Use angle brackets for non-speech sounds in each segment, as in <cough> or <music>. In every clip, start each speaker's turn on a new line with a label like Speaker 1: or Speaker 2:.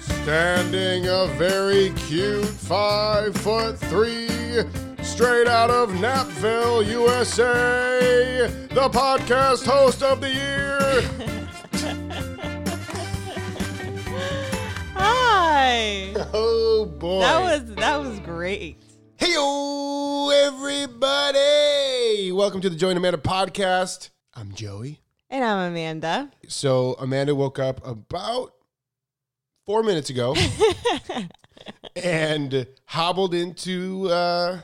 Speaker 1: Standing a very cute five foot three, straight out of Napville, USA, the podcast host of the
Speaker 2: <laughs>
Speaker 1: year. <laughs>
Speaker 2: Hi.
Speaker 1: Oh boy.
Speaker 2: That was that was great.
Speaker 1: Heyo, everybody! Welcome to the Join Amanda podcast. I'm Joey.
Speaker 2: And I'm Amanda.
Speaker 1: So Amanda woke up about four minutes
Speaker 2: <laughs>
Speaker 1: ago and hobbled into uh,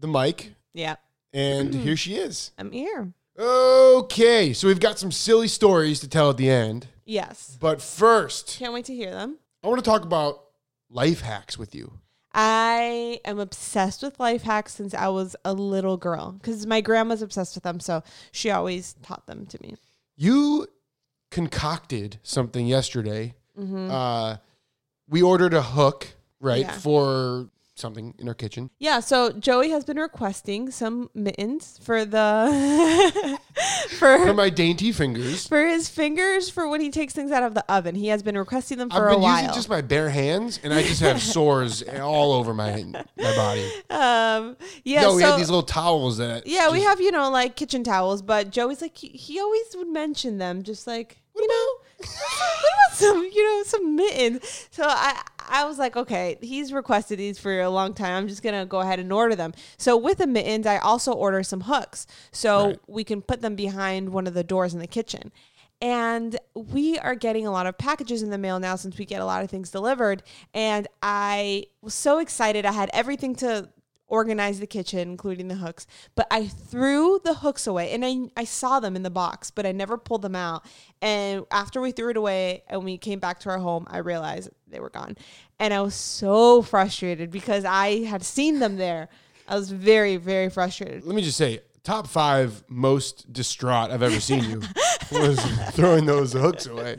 Speaker 1: the mic,
Speaker 2: Yeah,
Speaker 1: and
Speaker 2: Mm-hmm.
Speaker 1: here she is.
Speaker 2: I'm here.
Speaker 1: Okay, so we've got some silly stories to tell at the end,
Speaker 2: Yes.
Speaker 1: but first,
Speaker 2: Can't wait to hear them.
Speaker 1: I want to talk about life hacks with you.
Speaker 2: I am obsessed with life hacks since I was a little girl because my grandma's obsessed with them, so she always taught them to me.
Speaker 1: you concocted something yesterday. Uh, we ordered a hook, right,
Speaker 2: Mm-hmm. Yeah.
Speaker 1: for something in our kitchen.
Speaker 2: Yeah, so Joey has been requesting some mittens for the <laughs>
Speaker 1: For
Speaker 2: for
Speaker 1: my dainty
Speaker 2: <laughs>
Speaker 1: fingers,
Speaker 2: for his fingers for when he takes things out of the oven. He has been requesting them for
Speaker 1: I've been
Speaker 2: a while.
Speaker 1: using just my bare hands, and I just
Speaker 2: <laughs>
Speaker 1: have sores all over my my body.
Speaker 2: um, yeah,
Speaker 1: no, we
Speaker 2: so
Speaker 1: had these little towels that.
Speaker 2: Yeah, we
Speaker 1: just-
Speaker 2: have, you know, like kitchen towels, but Joey's like, he, he always would mention them, just like, you know, <laughs> what about some, you know, some mittens? So I, I was like, okay, he's requested these for a long time. I'm just going to go ahead and order them. So with the mittens, I also order some hooks so
Speaker 1: Right.
Speaker 2: we can put them behind one of the doors in the kitchen. And we are getting a lot of packages in the mail now since we get a lot of things delivered. And I was so excited. I had everything to organize the kitchen, including the hooks. But I threw the hooks away and I, I saw them in the box, but I never pulled them out. And after we threw it away and we came back to our home, I realized they were gone. And I was so frustrated because I had seen them there. I was very, very frustrated.
Speaker 1: Let me just say, top five most distraught I've ever seen you was <laughs> throwing those hooks away.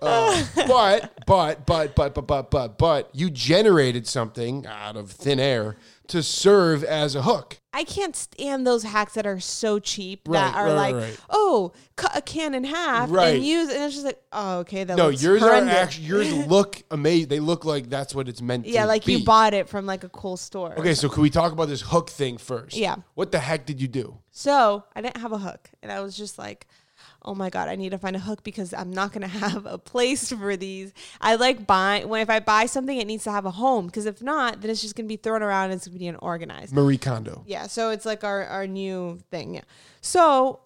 Speaker 1: Uh, but, but, but, but, but, but, but, but, you generated something out of thin air to serve as a hook.
Speaker 2: I can't stand those hacks that are so cheap
Speaker 1: Right,
Speaker 2: that are
Speaker 1: right,
Speaker 2: like,
Speaker 1: right.
Speaker 2: oh, cut a can in half
Speaker 1: Right.
Speaker 2: and use, and it's just like, oh, okay, that
Speaker 1: No,
Speaker 2: looks
Speaker 1: yours
Speaker 2: horrendous.
Speaker 1: are actually yours look amazing. They look like that's what it's meant to
Speaker 2: yeah, like you
Speaker 1: be.
Speaker 2: bought it from like a cool store.
Speaker 1: Okay, so can we talk about this hook thing first?
Speaker 2: Yeah.
Speaker 1: What the heck did you do?
Speaker 2: So I didn't have a hook, and I was just like, "Oh my god, I need to find a hook because I'm not gonna <laughs> have a place for these." I like buying when if I buy something, it needs to have a home because if not, then it's just gonna be thrown around and it's gonna be unorganized.
Speaker 1: Marie Kondo.
Speaker 2: Yeah, so it's like our our new thing. Yeah, so.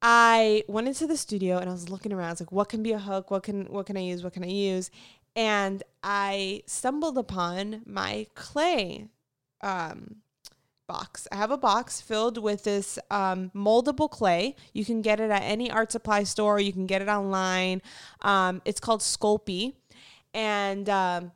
Speaker 2: I went into the studio and I was looking around. I was like, "What can be a hook? What can what can I use? What can I use?" And I stumbled upon my clay um, box. I have a box filled with this um, moldable clay. You can get it at any art supply store. You can get it online. Um, it's called Sculpey, and um,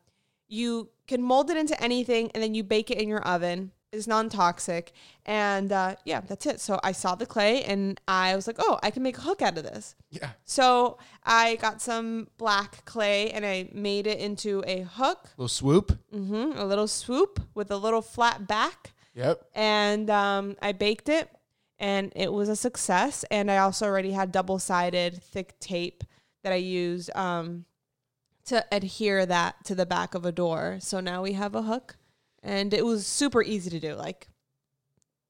Speaker 2: you can mold it into anything, and then you bake it in your oven. It's non-toxic, and uh, yeah, that's it. So I saw the clay, and I was like, "Oh, I can make a hook out of this."
Speaker 1: Yeah.
Speaker 2: So I got some black clay, and I made it into a hook,
Speaker 1: Little swoop.
Speaker 2: hmm a little swoop with a little flat back
Speaker 1: Yep.
Speaker 2: and um, I baked it, and it was a success. And I also already had double sided thick tape that I used um, to adhere that to the back of a door. So now we have a hook, and it was super easy to do, like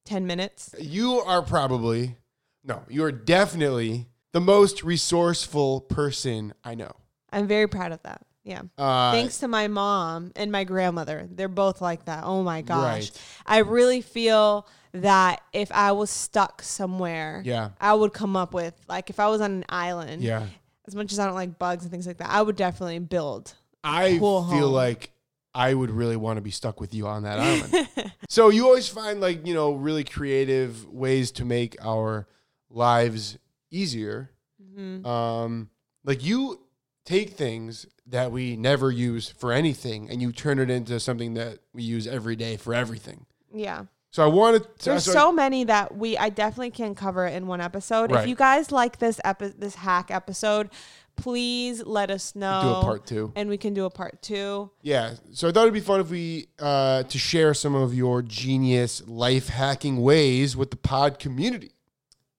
Speaker 2: ten minutes.
Speaker 1: You are probably, no, you are definitely the most resourceful person I know.
Speaker 2: I'm very proud of that. Yeah.
Speaker 1: Uh,
Speaker 2: Thanks to my mom and my grandmother. They're both like that. Oh my gosh.
Speaker 1: Right.
Speaker 2: I really feel that if I was stuck somewhere,
Speaker 1: Yeah.
Speaker 2: I would come up with like if I was on an island,
Speaker 1: Yeah.
Speaker 2: as much as I don't like bugs and things like that, I would definitely build.
Speaker 1: I
Speaker 2: Cool
Speaker 1: feel
Speaker 2: home.
Speaker 1: like I would really want to be stuck with you
Speaker 2: <laughs>
Speaker 1: on that island. so you always find like, you know, really creative ways to make our lives easier.
Speaker 2: Mm-hmm.
Speaker 1: Um, like you take things that we never use for anything and you turn it into something that we use every day for everything.
Speaker 2: Yeah.
Speaker 1: So I wanted to
Speaker 2: There's
Speaker 1: so-
Speaker 2: so, many that we I definitely can't cover in one episode.
Speaker 1: Right.
Speaker 2: If you guys like this epi- this hack episode, please let us know.
Speaker 1: do a part two.
Speaker 2: and we can do a part two.
Speaker 1: Yeah. So I thought it'd be fun if we uh, to share some of your genius life hacking ways with the pod community.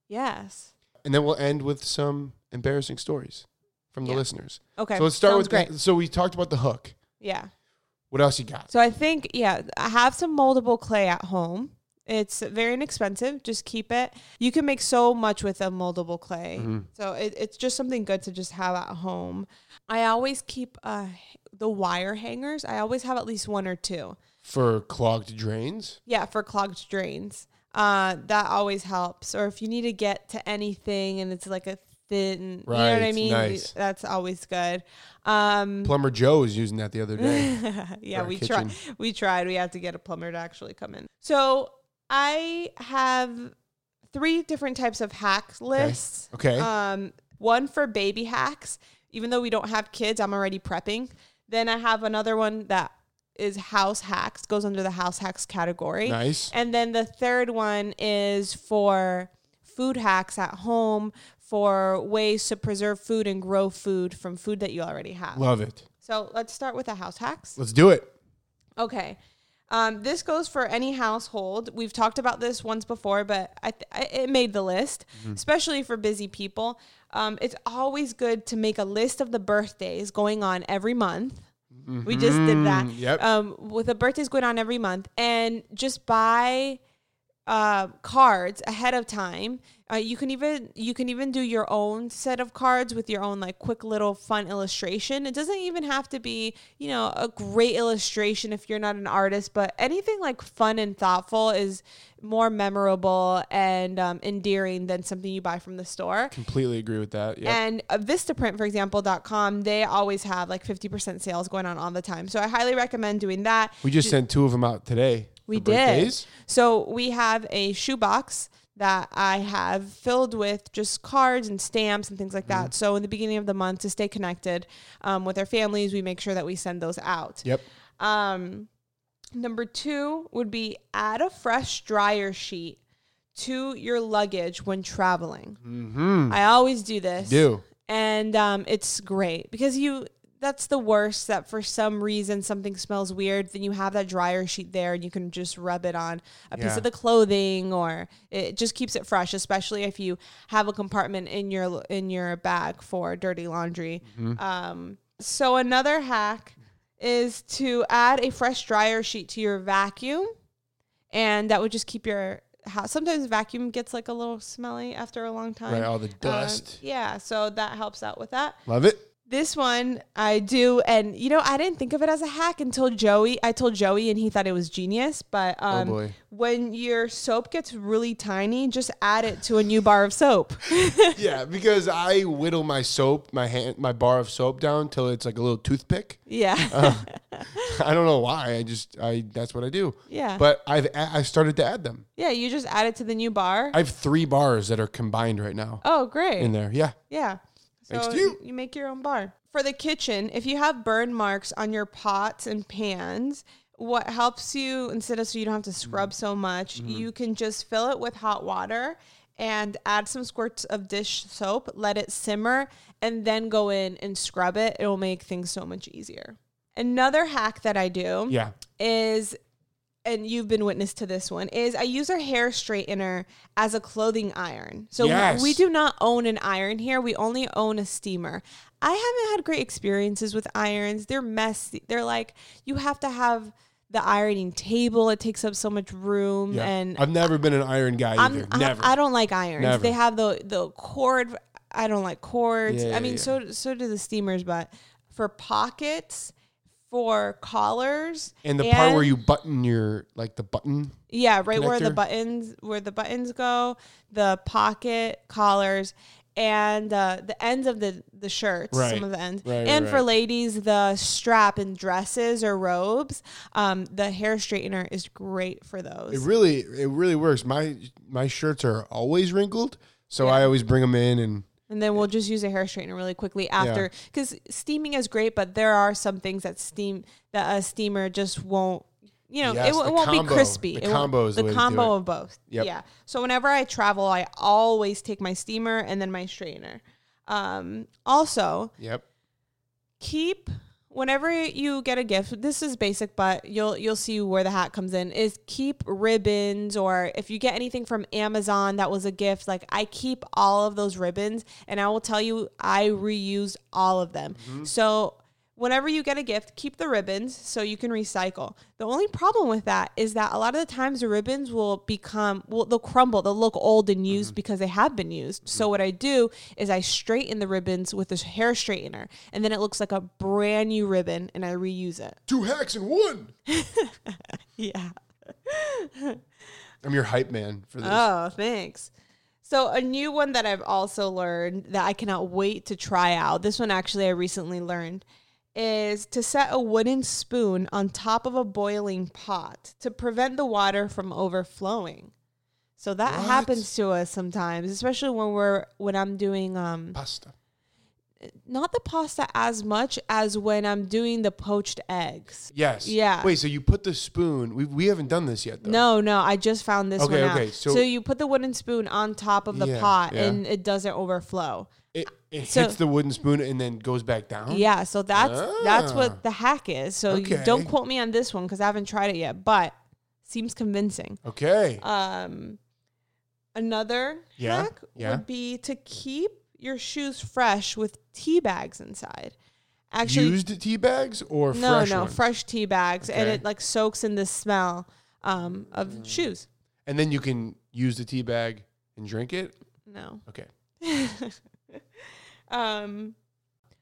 Speaker 2: Yes.
Speaker 1: and then we'll end with some embarrassing stories from the
Speaker 2: Yeah.
Speaker 1: listeners.
Speaker 2: Okay.
Speaker 1: So let's start with
Speaker 2: Sounds great.
Speaker 1: so we talked about the hook.
Speaker 2: Yeah.
Speaker 1: What else you got?
Speaker 2: So I think, yeah, I have some moldable clay at home. It's very inexpensive. Just keep it. You can make so much with a moldable clay.
Speaker 1: Mm-hmm.
Speaker 2: So it, it's just something good to just have at home. I always keep uh, the wire hangers. I always have at least one or two.
Speaker 1: For clogged drains?
Speaker 2: Yeah, for clogged drains. Uh, that always helps. Or if you need to get to anything and it's like a thin, you know what I
Speaker 1: Right,
Speaker 2: mean?
Speaker 1: nice.
Speaker 2: That's always good. Um,
Speaker 1: Plumber Joe was using that the other day.
Speaker 2: <laughs> yeah,
Speaker 1: our
Speaker 2: we tried. We tried. We had to get a plumber to actually come in. So I have three different types of hack lists.
Speaker 1: Okay.
Speaker 2: Um, one for baby hacks. Even though we don't have kids, I'm already prepping. Then I have another one that is house hacks. Goes under the house hacks category.
Speaker 1: Nice.
Speaker 2: And then the third one is for food hacks at home for ways to preserve food and grow food from food that you already have.
Speaker 1: Love it.
Speaker 2: So let's start with the house hacks.
Speaker 1: Let's do it.
Speaker 2: Okay. Um, this goes for any household. We've talked about this once before, but I th- I, it made the list, especially for busy people. Um, it's always good to make a list of the birthdays going on every month. We just did that.
Speaker 1: Mhm, yep.
Speaker 2: Um, with the birthdays going on every month, and just buy uh, cards ahead of time. Uh, you can even you can even do your own set of cards with your own like quick little fun illustration. It doesn't even have to be you know a great illustration if you're not an artist, but anything like fun and thoughtful is more memorable and um, endearing than something you buy from the store.
Speaker 1: Completely agree with that. Yeah.
Speaker 2: And uh, Vistaprint, for example.com, they always have like 50% sales going on all the time. So I highly recommend doing that.
Speaker 1: We just sent two of them out today.
Speaker 2: We
Speaker 1: for
Speaker 2: did.
Speaker 1: birthdays.
Speaker 2: So we have a shoebox that I have filled with just cards and stamps and things like
Speaker 1: Mm-hmm.
Speaker 2: that. So in the beginning of the month, to stay connected um, with our families, we make sure that we send those out.
Speaker 1: Yep.
Speaker 2: Um, number two would be add a fresh dryer sheet to your luggage when traveling.
Speaker 1: Mm-hmm.
Speaker 2: I always do this
Speaker 1: Do.
Speaker 2: and um, it's great because you that's the worst that for some reason something smells weird then you have that dryer sheet there and you can just rub it on a piece
Speaker 1: Yeah.
Speaker 2: of the clothing or it just keeps it fresh especially if you have a compartment in your in your bag for dirty laundry
Speaker 1: Mm-hmm.
Speaker 2: um, so another hack is to add a fresh dryer sheet to your vacuum and that would just keep your house sometimes vacuum gets like a little smelly after a long time
Speaker 1: Right. All the
Speaker 2: um,
Speaker 1: dust.
Speaker 2: yeah, so that helps out with that.
Speaker 1: Love it.
Speaker 2: This one I do, and you know I didn't think of it as a hack until Joey. I told Joey, and he thought it was genius. But um,
Speaker 1: Oh, boy.
Speaker 2: when your soap gets really tiny, just add it to a new bar of soap. <laughs>
Speaker 1: Yeah, because I whittle my soap, my hand, my bar of soap down till it's like a little toothpick. <laughs>
Speaker 2: yeah,
Speaker 1: Uh. I don't know why. I just I that's what I do.
Speaker 2: yeah,
Speaker 1: But I've a- I've started to add them.
Speaker 2: <laughs> yeah. You just add it to the new bar.
Speaker 1: I have three bars that are combined right now
Speaker 2: oh, great.
Speaker 1: in there. Yeah.
Speaker 2: Yeah. So
Speaker 1: Thanks to you.
Speaker 2: you make your own bar. For the kitchen, if you have burn marks on your pots and pans, what helps you instead of so you don't have to scrub so much, you can just fill it with hot water and add some squirts of dish soap, let it simmer, and then go in and scrub it. It will make things so much easier. Another hack that I do
Speaker 1: Yeah.
Speaker 2: is and you've been witness to this one is I use our hair straightener as a clothing iron. So we-
Speaker 1: Yes.
Speaker 2: we do not own an iron here. We only own a steamer. I haven't had great experiences with irons. They're messy. They're like you have to have the ironing table. It takes up so much room
Speaker 1: Yeah.
Speaker 2: and
Speaker 1: I've never been an iron guy either.
Speaker 2: I-
Speaker 1: never.
Speaker 2: I, don't like irons.
Speaker 1: Never.
Speaker 2: They have the the cord. I don't like cords.
Speaker 1: Yeah, yeah,
Speaker 2: I mean,
Speaker 1: yeah.
Speaker 2: so so do the steamers, but for pockets, for collars,
Speaker 1: and the part where you button your like the button.
Speaker 2: yeah, right where the
Speaker 1: connector?
Speaker 2: buttons where the buttons go, the pocket collars, and uh, the ends of the the shirts,
Speaker 1: Right.
Speaker 2: some of the ends,
Speaker 1: Right, right,
Speaker 2: and for
Speaker 1: right.
Speaker 2: ladies, the strap and dresses or robes. Um, the hair straightener is great for those.
Speaker 1: It really it really works. My my shirts are always wrinkled, so I always bring them in and
Speaker 2: And then we'll just use a hair straightener really quickly after, because steaming is great, but there are some things that steam that a steamer just won't. You know,
Speaker 1: Yes,
Speaker 2: it, w-
Speaker 1: the
Speaker 2: it won't
Speaker 1: combo.
Speaker 2: be crispy.
Speaker 1: The
Speaker 2: It won't-
Speaker 1: combo is the way
Speaker 2: the
Speaker 1: to do
Speaker 2: combo
Speaker 1: it.
Speaker 2: of both.
Speaker 1: Yep.
Speaker 2: Yeah. So whenever I travel, I always take my steamer and then my straightener. Um, also,
Speaker 1: yep.
Speaker 2: keep whenever you get a gift this is basic but you'll you'll see where the hat comes in is keep ribbons or if you get anything from Amazon that was a gift like I keep all of those ribbons and I will tell you I reused all of them so whenever you get a gift, keep the ribbons so you can recycle. The only problem with that is that a lot of the times the ribbons will become well they'll crumble, they'll look old and used because they have been used. So what I do is I straighten the ribbons with a hair straightener and then it looks like a brand new ribbon and I reuse it.
Speaker 1: Two hacks in one.
Speaker 2: Yeah.
Speaker 1: I'm your hype man for this.
Speaker 2: Oh, thanks. So a new one that I've also learned that I cannot wait to try out. This one actually I recently learned is to set a wooden spoon on top of a boiling pot to prevent the water from overflowing. So that
Speaker 1: What?
Speaker 2: happens to us sometimes, especially when we're when I'm doing um
Speaker 1: Pasta.
Speaker 2: not the pasta as much as when I'm doing the poached eggs.
Speaker 1: Yes.
Speaker 2: Yeah.
Speaker 1: Wait, so you put the spoon. We, we haven't done this yet, though.
Speaker 2: No, no, I just found this
Speaker 1: Uh, Okay,
Speaker 2: one out.
Speaker 1: okay, so-
Speaker 2: So, you put the wooden spoon on top of the
Speaker 1: Yeah,
Speaker 2: pot
Speaker 1: yeah.
Speaker 2: and it doesn't overflow.
Speaker 1: It, it
Speaker 2: So-
Speaker 1: hits the wooden spoon and then goes back down?
Speaker 2: Yeah, so that's that's
Speaker 1: Ah.
Speaker 2: what the hack is. So you-
Speaker 1: Okay.
Speaker 2: don't quote me on this one because I haven't tried it yet, but seems convincing.
Speaker 1: Okay.
Speaker 2: Um, another
Speaker 1: Yeah,
Speaker 2: hack
Speaker 1: yeah.
Speaker 2: would be to keep your shoes fresh with tea bags inside. Actually,
Speaker 1: Used tea bags or
Speaker 2: no,
Speaker 1: fresh
Speaker 2: no,
Speaker 1: ones?
Speaker 2: fresh tea bags, and
Speaker 1: Okay. Mm.
Speaker 2: it like soaks in the smell um, of shoes.
Speaker 1: And then you can use the tea bag and drink it?
Speaker 2: No.
Speaker 1: Okay.
Speaker 2: Um,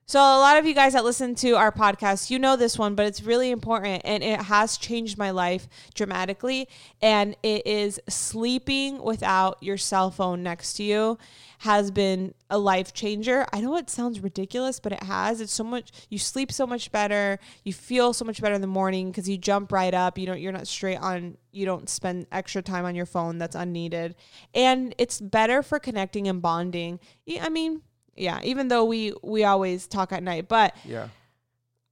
Speaker 2: so a lot of you guys that listen to our podcast, you know this one, but it's really important and it has changed my life dramatically. And it is sleeping without your cell phone next to you has been a life changer. I know it sounds ridiculous, but it has. It's so much you sleep so much better, you feel so much better in the morning because you jump right up. You don't you're not straight on you don't spend extra time on your phone that's unneeded. And it's better for connecting and bonding. E- I mean, yeah even though we we always talk at night but
Speaker 1: Yeah.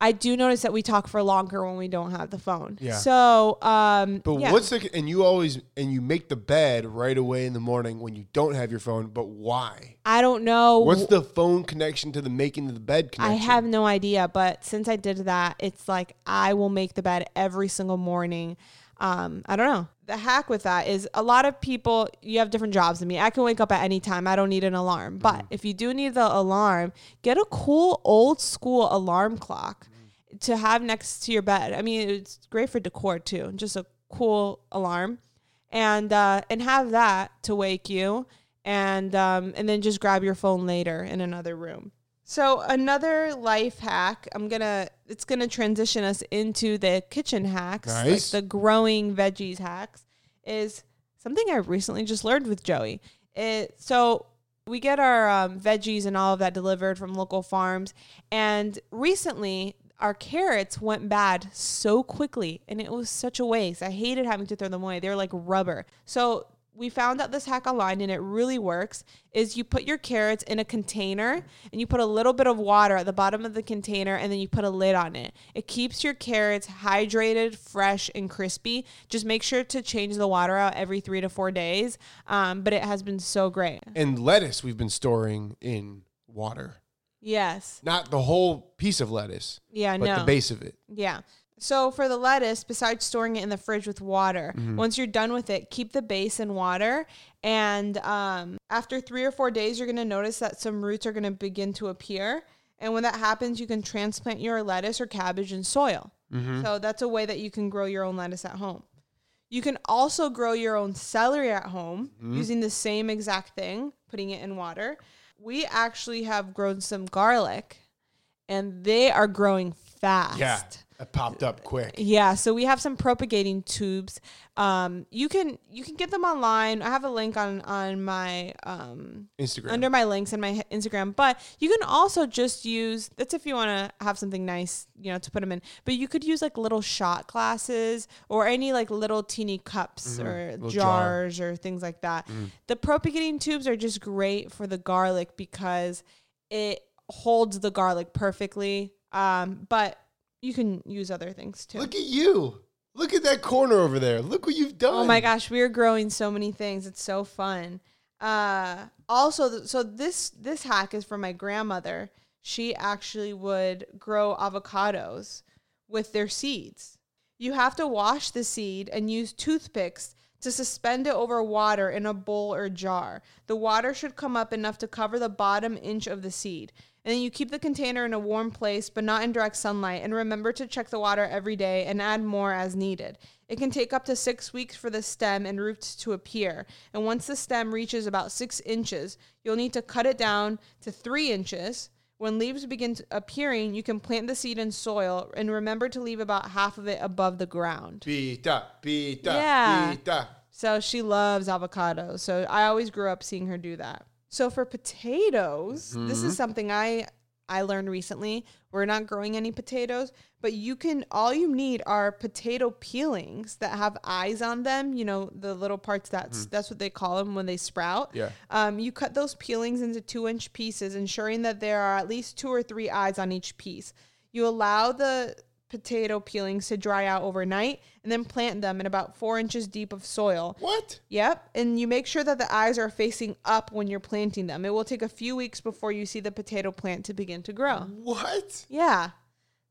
Speaker 2: i do notice that we talk for longer when we don't have the phone
Speaker 1: Yeah.
Speaker 2: so um
Speaker 1: But
Speaker 2: yeah.
Speaker 1: what's the and you always and you make the bed right away in the morning when you don't have your phone, but why?
Speaker 2: i don't know
Speaker 1: What's the phone connection to the making of the bed
Speaker 2: i
Speaker 1: connection?
Speaker 2: have no idea but since i did that it's like i will make the bed every single morning um i don't know the hack with that is a lot of people you have different jobs than me i can wake up at any time i don't need an alarm but if you do need the alarm get a cool old school alarm clock to have next to your bed. I mean, it's great for decor too. Just a cool alarm, and uh, and have that to wake you, and um, and then just grab your phone later in another room. So another life hack. I'm gonna. It's gonna transition us into the kitchen hacks,
Speaker 1: Nice.
Speaker 2: like the growing veggies hacks. Is something I recently just learned with Joey. It so we get our um, veggies and all of that delivered from local farms. And recently, our carrots went bad so quickly, and it was such a waste. I hated having to throw them away. They're like rubber. So we found out this hack online, and it really works. Is you put your carrots in a container, and you put a little bit of water at the bottom of the container, and then you put a lid on it. It keeps your carrots hydrated, fresh, and crispy. Just make sure to change the water out every three to four days. Um, but it has been so great.
Speaker 1: and lettuce we've been storing in water.
Speaker 2: Yes.
Speaker 1: Not the whole piece of lettuce,
Speaker 2: Yeah,
Speaker 1: but
Speaker 2: no.
Speaker 1: the base of it.
Speaker 2: yeah. So for the lettuce, besides storing it in the fridge with water, once you're done with it, keep the base in water. And um, after three or four days, you're going to notice that some roots are going to begin to appear. And when that happens, you can transplant your lettuce or cabbage in soil. So that's a way that you can grow your own lettuce at home. You can also grow your own celery at home using the same exact thing, putting it in water. We actually have grown some garlic and they are growing fast.
Speaker 1: Yeah. It popped up quick.
Speaker 2: Yeah, so we have some propagating tubes. Um, you can you can get them online. I have a link on on my um,
Speaker 1: Instagram.
Speaker 2: under my links in my Instagram. But you can also just use that's if you want to have something nice, you know, to put them in. But you could use like little shot glasses or any like little teeny cups or
Speaker 1: Mm-hmm. Little jar. Mm-hmm.
Speaker 2: jars or things like that. The propagating tubes are just great for the garlic because it holds the garlic perfectly. Um, but you can use other things too.
Speaker 1: Look at you. Look at that corner over there. Look what you've done.
Speaker 2: Oh my gosh, we are growing so many things. It's so fun. Uh, also, th- so this this hack is from my grandmother. She actually would grow avocados with their seeds. You have to wash the seed and use toothpicks to suspend it over water in a bowl or jar. The water should come up enough to cover the bottom inch of the seed. And then you keep the container in a warm place, but not in direct sunlight. And remember to check the water every day and add more as needed. It can take up to six weeks for the stem and roots to appear. And once the stem reaches about six inches, you'll need to cut it down to three inches. When leaves begin to- appearing, you can plant the seed in soil and remember to leave about half of it above the ground.
Speaker 1: Pita, pita,
Speaker 2: Yeah.
Speaker 1: pita.
Speaker 2: So she loves avocados. So I always grew up seeing her do that. So for potatoes, this is something I I learned recently. We're not growing any potatoes, but you can all you need are potato peelings that have eyes on them, you know, the little parts that's that's what they call them when they sprout.
Speaker 1: Yeah.
Speaker 2: Um, you cut those peelings into two inch pieces, ensuring that there are at least two or three eyes on each piece. You allow the potato peelings to dry out overnight and then plant them in about four inches deep of soil.
Speaker 1: What?
Speaker 2: Yep. And you make sure that the eyes are facing up when you're planting them. It will take a few weeks before you see the potato plant to begin to grow.
Speaker 1: What?
Speaker 2: Yeah.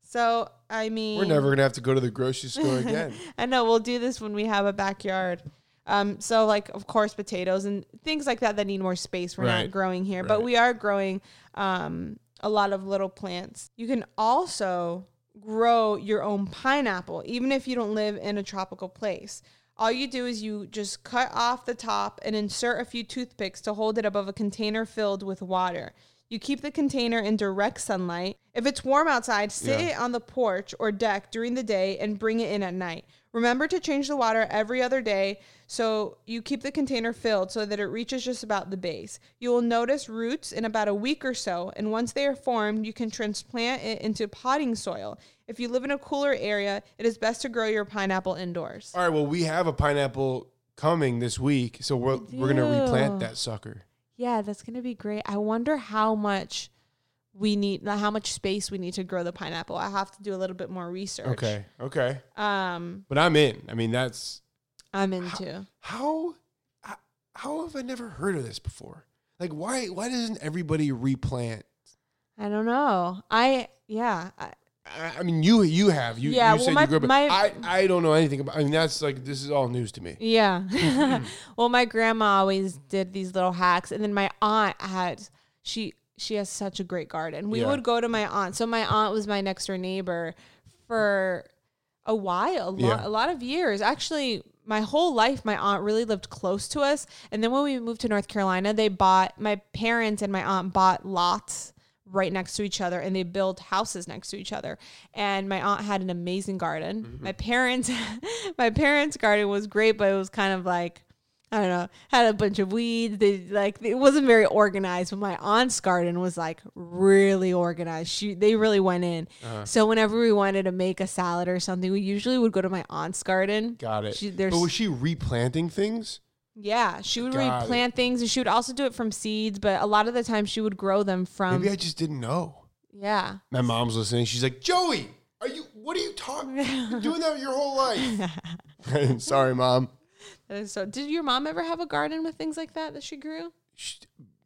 Speaker 2: So, I mean,
Speaker 1: We're never going to have to go to the grocery
Speaker 2: <laughs>
Speaker 1: store again.
Speaker 2: I know we'll do this when we have a backyard. Um, so like of course potatoes and things like that that need more space we're
Speaker 1: Right.
Speaker 2: not growing here, but
Speaker 1: Right.
Speaker 2: we are growing um, a lot of little plants. You can also grow your own pineapple even if you don't live in a tropical place. All you do is you just cut off the top and insert a few toothpicks to hold it above a container filled with water. You keep the container in direct sunlight. If it's warm outside, sit
Speaker 1: Yeah.
Speaker 2: it on the porch or deck during the day and bring it in at night. Remember to change the water every other day so you keep the container filled so that it reaches just about the base. You will notice roots in about a week or so, and once they are formed, you can transplant it into potting soil. If you live in a cooler area, it is best to grow your pineapple indoors.
Speaker 1: All right, well, we have a pineapple coming this week, so we're, we're going to replant
Speaker 2: do.
Speaker 1: that sucker.
Speaker 2: Yeah, that's going to be great. I wonder how much we need how much space we need to grow the pineapple. I have to do a little bit more research.
Speaker 1: Okay, okay.
Speaker 2: Um
Speaker 1: But I'm in. I mean, that's
Speaker 2: I'm into.
Speaker 1: how h- how have I never heard of this before? Like, why why doesn't everybody replant?
Speaker 2: I don't know. I yeah. I,
Speaker 1: I I mean, you you have you.
Speaker 2: Yeah,
Speaker 1: you
Speaker 2: well,
Speaker 1: said
Speaker 2: my-
Speaker 1: you grew up.
Speaker 2: my-
Speaker 1: I I don't know anything about. I mean, that's like this is all news to me. <laughs>
Speaker 2: Yeah. <laughs> well, my grandma always did these little hacks, and then my aunt had she she has such a great garden. We
Speaker 1: Yeah.
Speaker 2: would go to my aunt. So my aunt was my next door neighbor for a while, a, lo-
Speaker 1: Yeah.
Speaker 2: a lot of years. Actually, my whole life, my aunt really lived close to us. And then when we moved to North Carolina, they bought my parents and my aunt bought lots right next to each other and they built houses next to each other and my aunt had an amazing garden my parents <laughs> my parents garden was great but it was kind of like i don't know had a bunch of weeds they like it wasn't very organized but my aunt's garden was like really organized she they really went in
Speaker 1: Uh-huh.
Speaker 2: so whenever we wanted to make a salad or something we usually would go to my aunt's garden
Speaker 1: Got it.
Speaker 2: She- there's-
Speaker 1: but was she replanting things?
Speaker 2: yeah she would
Speaker 1: Got it.
Speaker 2: replant things and she would also do it from seeds but a lot of the time she would grow them from
Speaker 1: Maybe I just didn't know.
Speaker 2: yeah
Speaker 1: My mom's listening. She's like, Joey, are you? What are you talking? You're doing that your whole
Speaker 2: <laughs>
Speaker 1: life. Sorry, mom.
Speaker 2: That is so. Did your mom ever have a garden with things like that that she grew,
Speaker 1: Sh-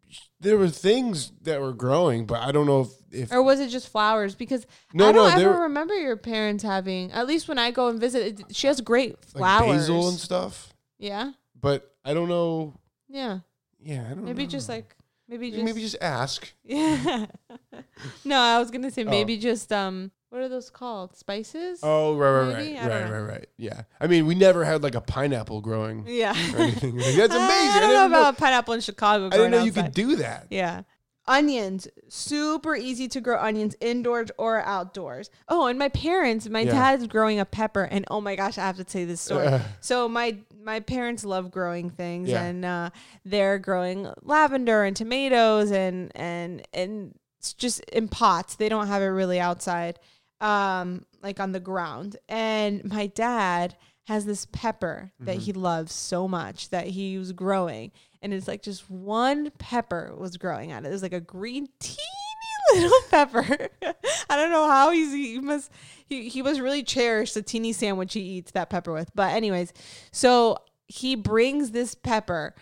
Speaker 1: sh- There were things that were growing, but I don't know if, if
Speaker 2: or was it just flowers? Because
Speaker 1: No,
Speaker 2: I
Speaker 1: no,
Speaker 2: don't
Speaker 1: there-
Speaker 2: ever remember your parents having. At least when I go and visit, it, she has great
Speaker 1: like
Speaker 2: flowers.
Speaker 1: basil and stuff.
Speaker 2: yeah,
Speaker 1: But I don't know.
Speaker 2: yeah.
Speaker 1: Yeah, I don't.
Speaker 2: Maybe
Speaker 1: know.
Speaker 2: just like maybe just
Speaker 1: maybe just ask.
Speaker 2: yeah. <laughs> no, I was gonna say
Speaker 1: Oh.
Speaker 2: maybe just um. What are those called? Spices?
Speaker 1: Oh, right, right,
Speaker 2: Maybe? I
Speaker 1: right,
Speaker 2: don't
Speaker 1: right,
Speaker 2: know.
Speaker 1: right, right. Yeah. I mean, we never had like a pineapple growing.
Speaker 2: Yeah.
Speaker 1: Or
Speaker 2: <laughs>
Speaker 1: anything. Like, that's amazing.
Speaker 2: I
Speaker 1: I,
Speaker 2: don't
Speaker 1: didn't
Speaker 2: know
Speaker 1: know,
Speaker 2: about pineapple in Chicago.
Speaker 1: I didn't
Speaker 2: growing
Speaker 1: know you
Speaker 2: outside.
Speaker 1: could do that.
Speaker 2: <laughs> Yeah. Onions, super easy to grow onions indoors or outdoors. Oh, and my parents, my
Speaker 1: Yeah.
Speaker 2: dad's growing a pepper, and oh my gosh, I have to tell you this story. so my my parents love growing things,
Speaker 1: Yeah.
Speaker 2: and uh, they're growing lavender and tomatoes, and and and it's just in pots. They don't have it really outside, um, like on the ground. And my dad has this pepper that he loves so much that he was growing. And it's like just one pepper was growing on it. It was like a green teeny <laughs> little pepper. <laughs> I don't know how he's he must he, he must really cherish the teeny sandwich he eats that pepper with. But anyways, so he brings this pepper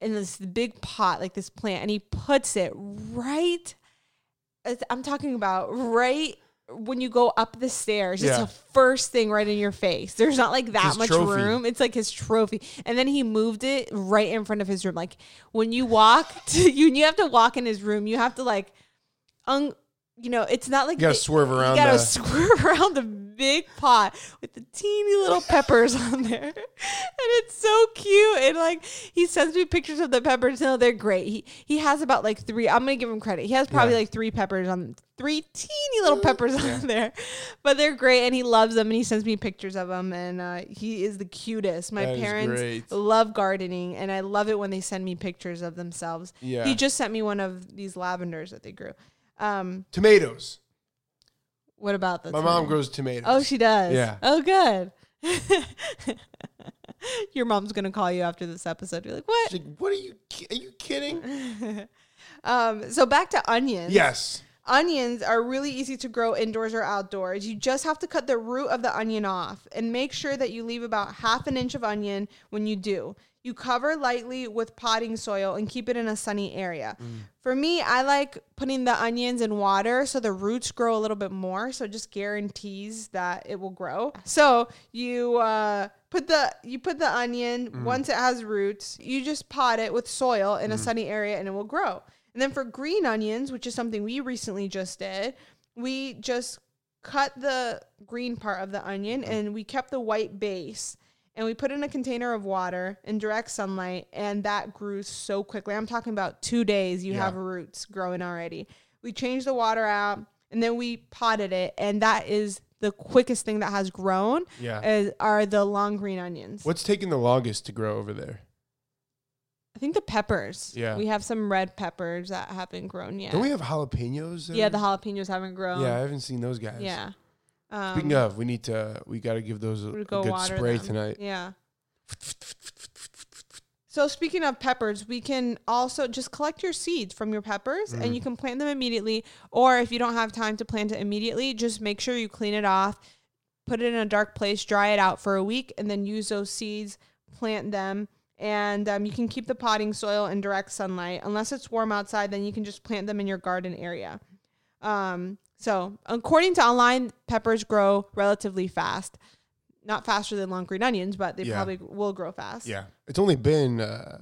Speaker 2: in this big pot, like this plant, and he puts it right. it's- I'm talking about right when you go up the stairs, it's
Speaker 1: Yeah.
Speaker 2: the first thing right in your face. There's not like that
Speaker 1: His
Speaker 2: much
Speaker 1: trophy.
Speaker 2: room. It's like his trophy. And then he moved it right in front of his room. Like when you walk <laughs> to you you have to walk in his room, you have to like un you know, it's not like
Speaker 1: You gotta
Speaker 2: the-
Speaker 1: swerve around.
Speaker 2: You gotta
Speaker 1: uh,
Speaker 2: swerve <laughs> around the big pot with the teeny little peppers <laughs> on there, and it's so cute. And like he sends me pictures of the peppers. No, they're great. He he has about like three. I'm gonna give him credit. He has probably
Speaker 1: Yeah.
Speaker 2: like three peppers on three teeny little peppers on <laughs> there, but they're great. And he loves them, and he sends me pictures of them. And uh, he is the cutest. My
Speaker 1: That is
Speaker 2: parents
Speaker 1: great.
Speaker 2: love gardening, and I love it when they send me pictures of themselves.
Speaker 1: Yeah.
Speaker 2: He just sent me one of these lavenders that they grew. Um,
Speaker 1: tomatoes.
Speaker 2: what about this?
Speaker 1: My mom grows tomatoes.
Speaker 2: Oh, she does.
Speaker 1: Yeah.
Speaker 2: Oh, good. <laughs> Your mom's gonna call you after this episode. You're like, what?
Speaker 1: She's like, what are you? ki- Are you kidding?
Speaker 2: <laughs> Um, so back to onions.
Speaker 1: yes.
Speaker 2: Onions are really easy to grow indoors or outdoors. You just have to cut the root of the onion off and make sure that you leave about half an inch of onion when you do. You cover lightly with potting soil and keep it in a sunny area. For me, I like putting the onions in water so the roots grow a little bit more. So it just guarantees that it will grow. So you uh, put the you put the onion once it has roots. You just pot it with soil in a sunny area and it will grow. And then for green onions, which is something we recently just did, we just cut the green part of the onion and we kept the white base and we put it in a container of water in direct sunlight and that grew so quickly. I'm talking about 2 days you
Speaker 1: Yeah.
Speaker 2: have roots growing already. We changed the water out and then we potted it and that is the quickest thing that has grown
Speaker 1: Yeah.
Speaker 2: is, are the long green
Speaker 1: <laughs>
Speaker 2: onions.
Speaker 1: What's taking the longest to grow over there?
Speaker 2: I think the peppers.
Speaker 1: Yeah.
Speaker 2: We have some red peppers that haven't grown yet.
Speaker 1: Don't we have jalapenos? that
Speaker 2: yeah,
Speaker 1: are-
Speaker 2: the jalapenos haven't grown.
Speaker 1: Yeah, I haven't seen those guys.
Speaker 2: Yeah. Um,
Speaker 1: Speaking of, we need to. We got to give those a,
Speaker 2: we
Speaker 1: a
Speaker 2: go
Speaker 1: good
Speaker 2: water
Speaker 1: spray
Speaker 2: them.
Speaker 1: tonight. <laughs>
Speaker 2: Yeah. So speaking of peppers, we can also just collect your seeds from your peppers and you
Speaker 1: Mm.
Speaker 2: can plant them immediately. Or if you don't have time to plant it immediately, just make sure you clean it off, put it in a dark place, dry it out for a week, and then use those seeds, plant them. And um, you can keep the potting soil in direct sunlight. Unless it's warm outside, then you can just plant them in your garden area. Um, so, according to online, peppers grow relatively fast. Not faster than long green onions, but they
Speaker 1: Yeah.
Speaker 2: probably will grow fast.
Speaker 1: Yeah, it's only been uh,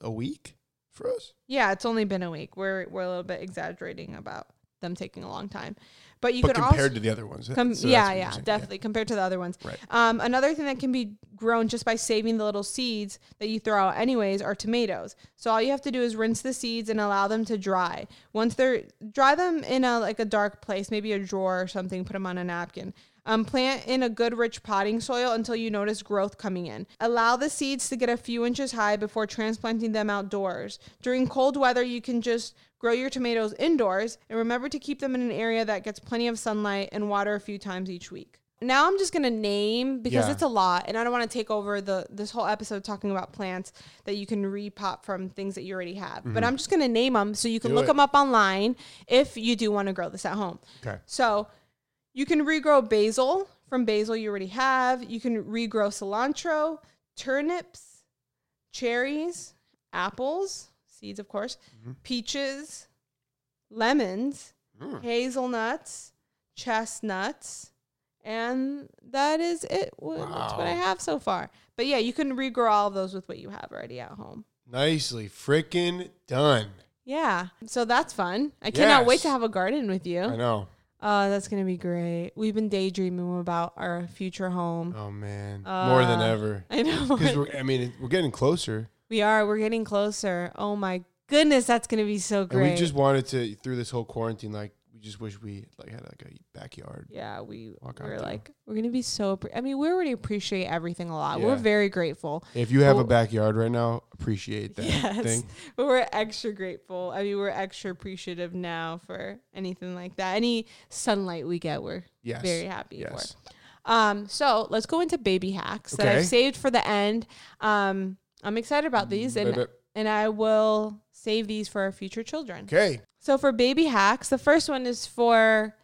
Speaker 1: a week for us.
Speaker 2: Yeah, it's only been a week. We're we're a little bit exaggerating about them taking a long time, but you
Speaker 1: but
Speaker 2: can
Speaker 1: compared
Speaker 2: also
Speaker 1: to the other ones,
Speaker 2: com-
Speaker 1: so that's
Speaker 2: yeah,
Speaker 1: what you're
Speaker 2: yeah,
Speaker 1: saying,
Speaker 2: definitely compared to the other ones.
Speaker 1: Right.
Speaker 2: Um, another thing that can be grown just by saving the little seeds that you throw out anyways are tomatoes. So all you have to do is rinse the seeds and allow them to dry. Once they're dry them in a like a dark place, maybe a drawer or something, put them on a napkin. Um, plant in a good rich potting soil until you notice growth coming in. Allow the seeds to get a few inches high before transplanting them outdoors. During cold weather, you can just grow your tomatoes indoors and remember to keep them in an area that gets plenty of sunlight and water a few times each week. Now I'm just gonna name because
Speaker 1: Yeah.
Speaker 2: it's a lot, and I don't want to take over the this whole episode talking about plants that you can repot from things that you already have. But I'm just gonna name them so you can
Speaker 1: Mm-hmm. Do
Speaker 2: look
Speaker 1: it.
Speaker 2: them up online if you do want to grow this at home.
Speaker 1: Yeah. Okay.
Speaker 2: So you can regrow basil from basil you already have. You can regrow cilantro, turnips, cherries, apples, seeds, of course,
Speaker 1: Mm-hmm.
Speaker 2: peaches, lemons,
Speaker 1: Mm.
Speaker 2: hazelnuts, chestnuts. And that is it. Wha- That's what I
Speaker 1: Wow.
Speaker 2: have so far. But yeah, you can regrow all of those with what you have already at home.
Speaker 1: Nicely freaking done.
Speaker 2: Yeah. So that's fun. I cannot wait
Speaker 1: Yes.
Speaker 2: to have a garden with you.
Speaker 1: I know.
Speaker 2: Oh, that's gonna be great. We've been daydreaming about our future home.
Speaker 1: Oh man, more than
Speaker 2: Uh,
Speaker 1: ever.
Speaker 2: <laughs>
Speaker 1: <laughs>
Speaker 2: I
Speaker 1: Because
Speaker 2: know
Speaker 1: we're, I mean, it- we're getting closer,
Speaker 2: we are. We're getting closer. Oh my goodness, that's gonna be so
Speaker 1: and
Speaker 2: great.
Speaker 1: we just wanted to through this whole quarantine. Like, we just wish we like had like a backyard.
Speaker 2: yeah, we
Speaker 1: Walk out
Speaker 2: we're
Speaker 1: there.
Speaker 2: like we're gonna be so. Appre- I mean, we already appreciate everything a lot. We're
Speaker 1: Yeah.
Speaker 2: very grateful.
Speaker 1: If you have
Speaker 2: Well-
Speaker 1: a backyard right now, appreciate that
Speaker 2: Yes.
Speaker 1: thing.
Speaker 2: But we're extra grateful. I mean, we're extra appreciative now for anything like that. Any sunlight we get, we're
Speaker 1: Yes.
Speaker 2: very happy for.
Speaker 1: Yes.
Speaker 2: Um, so let's go into baby hacks that
Speaker 1: Okay.
Speaker 2: I've saved for the end. Um, I'm excited about these, and
Speaker 1: Baby.
Speaker 2: and I will save these for our future children.
Speaker 1: Okay.
Speaker 2: So for baby hacks, the first one is for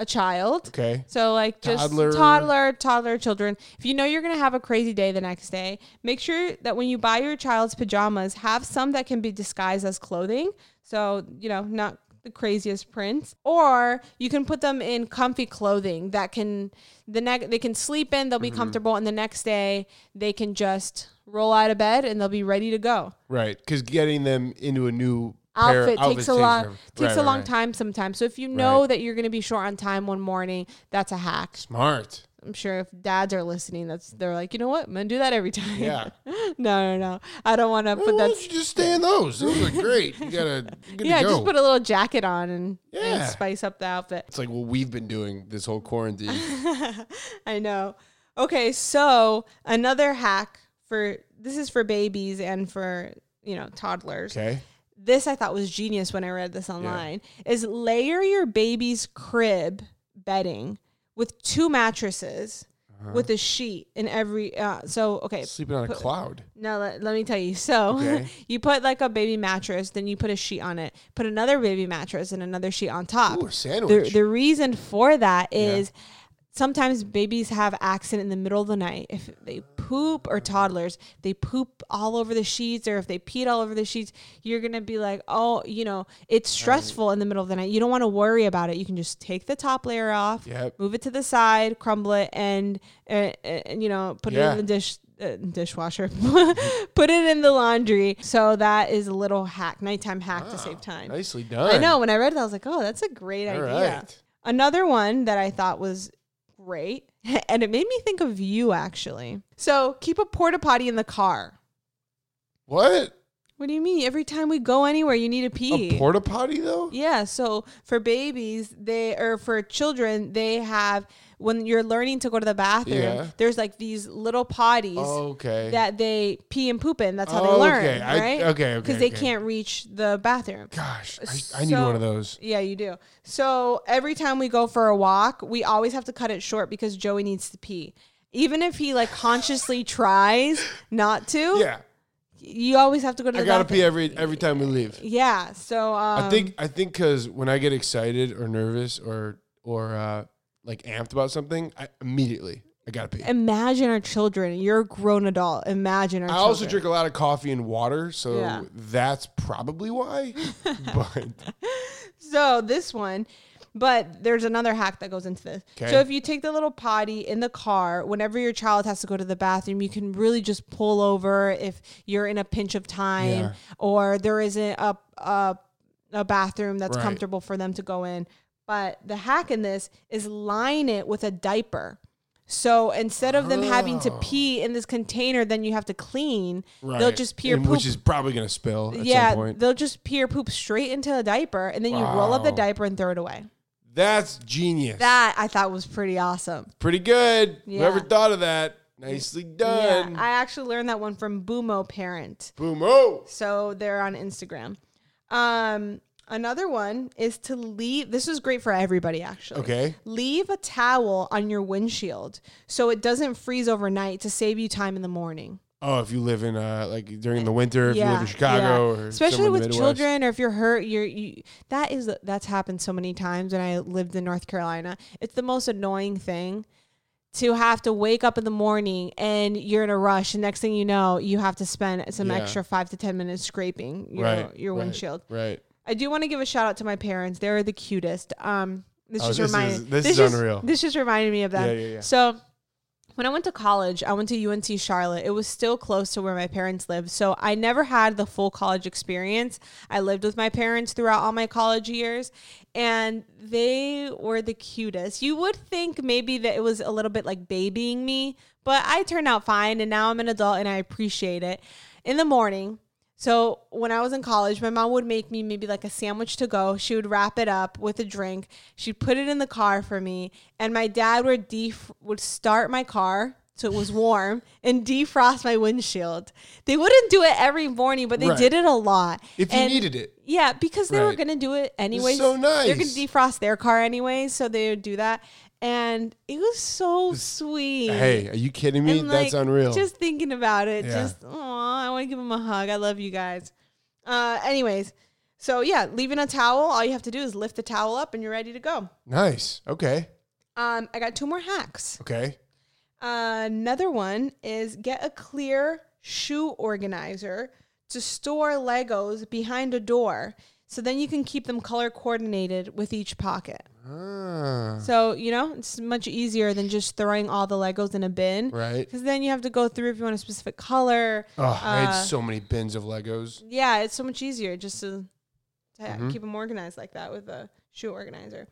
Speaker 2: a child.
Speaker 1: Okay.
Speaker 2: So like just
Speaker 1: Toddler.
Speaker 2: toddler. toddler, children. If you know you're gonna have a crazy day the next day, make sure that when you buy your child's pajamas, have some that can be disguised as clothing. So you know, not the craziest prints, or you can put them in comfy clothing that can the neck they can sleep in, they'll be
Speaker 1: Mm-hmm.
Speaker 2: comfortable, and the next day they can just roll out of bed and they'll be ready to go.
Speaker 1: Right. Because getting them into a new pair-
Speaker 2: Outfit
Speaker 1: outfit
Speaker 2: takes a long
Speaker 1: forever.
Speaker 2: takes
Speaker 1: Right,
Speaker 2: a
Speaker 1: right,
Speaker 2: long
Speaker 1: right.
Speaker 2: time sometimes. So if you know
Speaker 1: Right.
Speaker 2: that you're going to be short on time one morning, that's a hack.
Speaker 1: Smart.
Speaker 2: I'm sure if dads are listening, that's they're like, you know what, I'm gonna do that every time.
Speaker 1: Yeah.
Speaker 2: <laughs> no, no, no. I don't want to
Speaker 1: Well,
Speaker 2: put
Speaker 1: why
Speaker 2: that.
Speaker 1: don't you just stay in those? Those are great. You gotta good
Speaker 2: <laughs> Yeah,
Speaker 1: to go.
Speaker 2: just put a little jacket on and, and
Speaker 1: Yeah.
Speaker 2: spice up the outfit.
Speaker 1: it's like what we've been doing this whole quarantine.
Speaker 2: I know. Okay, so another hack for this is for babies and for you know toddlers. <laughs>
Speaker 1: Okay.
Speaker 2: This I thought was genius when I read this online. Is layer your baby's crib bedding with two mattresses
Speaker 1: Uh-huh.
Speaker 2: with a sheet in every. Uh, so okay,
Speaker 1: Sleeping on a cloud.
Speaker 2: Now let, let me tell you. So
Speaker 1: Okay.
Speaker 2: <laughs> you put like a baby mattress, then you put a sheet on it, put another baby mattress and another sheet on top.
Speaker 1: Ooh, a
Speaker 2: The,
Speaker 1: sandwich.
Speaker 2: the reason for that is sometimes babies have accident in the middle of the night. If they poop or toddlers, they poop all over the sheets or if they peed all over the sheets, you're going to be like, oh, you know, it's stressful in the middle of the night. You don't want to worry about it. You can just take the top layer off,
Speaker 1: Yep.
Speaker 2: move it to the side, crumble it, and, uh, and you know, put it
Speaker 1: Yeah.
Speaker 2: in the dish uh, dishwasher. <laughs> put it in the laundry. So that is a little hack, nighttime hack
Speaker 1: Ah,
Speaker 2: to save time.
Speaker 1: Nicely done.
Speaker 2: I know. When I read it, I was like, oh, that's a great
Speaker 1: All
Speaker 2: idea.
Speaker 1: right.
Speaker 2: Another one that I thought was great, <laughs> and it made me think of you actually. So keep a porta potty in the car.
Speaker 1: What?
Speaker 2: What do you mean? Every time we go anywhere, you need to pee.
Speaker 1: A porta potty though?
Speaker 2: Yeah, so for babies, they or for children, they have when you're learning to go to the bathroom,
Speaker 1: Yeah. Oh,
Speaker 2: there's like these little potties
Speaker 1: Okay.
Speaker 2: that they pee and poop in. That's how they
Speaker 1: Oh,
Speaker 2: learn,
Speaker 1: okay. I-
Speaker 2: right?
Speaker 1: okay, okay,
Speaker 2: Because they
Speaker 1: okay.
Speaker 2: can't reach the bathroom.
Speaker 1: Gosh, I, I need
Speaker 2: So-
Speaker 1: one of those.
Speaker 2: Yeah, you do. So every time we go for a walk, we always have to cut it short because Joey needs to pee. Even if he like
Speaker 1: <laughs>
Speaker 2: consciously tries not to,
Speaker 1: Yeah.
Speaker 2: you always have to go to the
Speaker 1: I gotta
Speaker 2: bathroom.
Speaker 1: pee every every time we leave.
Speaker 2: Yeah, so um,
Speaker 1: I think I think because when I get excited or nervous or or uh, like amped about something, I immediately I gotta pee.
Speaker 2: um, imagine our children. You're a grown adult. Imagine our
Speaker 1: I
Speaker 2: children.
Speaker 1: also drink a lot of coffee and water, so
Speaker 2: Yeah.
Speaker 1: that's probably
Speaker 2: <laughs>
Speaker 1: why. but
Speaker 2: So this one, but there's another hack that goes into this.
Speaker 1: Okay.
Speaker 2: So if you take the little potty in the car, whenever your child has to go to the bathroom, you can really just pull over if you're in a pinch of time
Speaker 1: Yeah.
Speaker 2: or there isn't a a, a bathroom that's
Speaker 1: Right.
Speaker 2: comfortable for them to go in. But the hack in this is line it with a diaper. So instead of them having to pee in this container, then you have to clean.
Speaker 1: Oh. right.
Speaker 2: They'll just pee or
Speaker 1: And
Speaker 2: poop
Speaker 1: which is probably gonna spill at
Speaker 2: yeah,
Speaker 1: some point.
Speaker 2: they'll just pee or poop straight into a diaper, and then you roll up the
Speaker 1: Wow.
Speaker 2: diaper and throw it away.
Speaker 1: that's genius.
Speaker 2: That I thought was pretty awesome.
Speaker 1: Pretty good.
Speaker 2: Yeah.
Speaker 1: Whoever thought of that, nicely done.
Speaker 2: Yeah, I actually learned that one from Boomo Parent,
Speaker 1: Boom! Oh,
Speaker 2: so they're on Instagram. Um, another one is to leave. This was great for everybody, actually.
Speaker 1: Okay.
Speaker 2: leave a towel on your windshield so it doesn't freeze overnight to save you time in the morning.
Speaker 1: oh! If you live in uh, like during the winter, if you live in Chicago,
Speaker 2: yeah.
Speaker 1: or somewhere
Speaker 2: especially
Speaker 1: in the
Speaker 2: with
Speaker 1: Midwest.
Speaker 2: children, or if you're hurt, you're you. That is that's happened so many times when I lived in North Carolina. It's the most annoying thing to have to wake up in the morning and you're in a rush. And next thing you know, you have to spend some
Speaker 1: Yeah.
Speaker 2: extra five to ten minutes scraping your
Speaker 1: right?
Speaker 2: your
Speaker 1: right,
Speaker 2: windshield.
Speaker 1: right?
Speaker 2: I do want to give a shout out to my parents. They're the cutest. Um, this
Speaker 1: Oh,
Speaker 2: just
Speaker 1: this
Speaker 2: reminded
Speaker 1: is- this is
Speaker 2: just,
Speaker 1: unreal.
Speaker 2: This just reminded me of them.
Speaker 1: Yeah, yeah, yeah.
Speaker 2: So when I went to college, I went to UNC Charlotte. It was still close to where my parents lived, so I never had the full college experience. I lived with my parents throughout all my college years, and they were the cutest. You would think maybe that it was a little bit like babying me, but I turned out fine, and now I'm an adult, and I appreciate it. In the morning, so when I was in college, my mom would make me maybe like a sandwich to go. She would wrap it up with a drink. She'd put it in the car for me, and my dad would def- would start my car so
Speaker 1: <laughs>
Speaker 2: it was warm and defrost my windshield. They wouldn't do it every morning, but they
Speaker 1: Right.
Speaker 2: did it a lot.
Speaker 1: If you
Speaker 2: And-
Speaker 1: needed it,
Speaker 2: yeah, because they were
Speaker 1: Right.
Speaker 2: gonna do it anyways.
Speaker 1: so
Speaker 2: They're gonna
Speaker 1: nice.
Speaker 2: defrost their car anyways, so they would do that. And it was so sweet.
Speaker 1: hey, are you kidding me?
Speaker 2: And,
Speaker 1: That's
Speaker 2: like,
Speaker 1: unreal.
Speaker 2: Just thinking about it,
Speaker 1: Yeah.
Speaker 2: just aw, I want to give him a hug. I love you guys. Uh, anyways, so yeah, leaving a towel. All you have to do is lift the towel up, and you're ready to go.
Speaker 1: nice. Okay.
Speaker 2: Um, I got two more hacks.
Speaker 1: Okay.
Speaker 2: another one is get a clear shoe organizer to store Legos behind a door. So then you can keep them color coordinated with each pocket.
Speaker 1: Ah,
Speaker 2: So, you know, it's much easier than just throwing all the Legos in a bin.
Speaker 1: right.
Speaker 2: Because then you have to go through if you want a specific color.
Speaker 1: Oh, I had
Speaker 2: Uh,
Speaker 1: so many bins of Legos.
Speaker 2: Yeah, it's so much easier just to, to
Speaker 1: Mhm.
Speaker 2: keep them organized like that with a shoe organizer.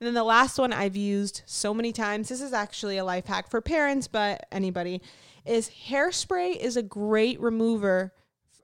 Speaker 2: And then the last one I've used so many times. This is actually a life hack for parents, but anybody is hairspray is a great remover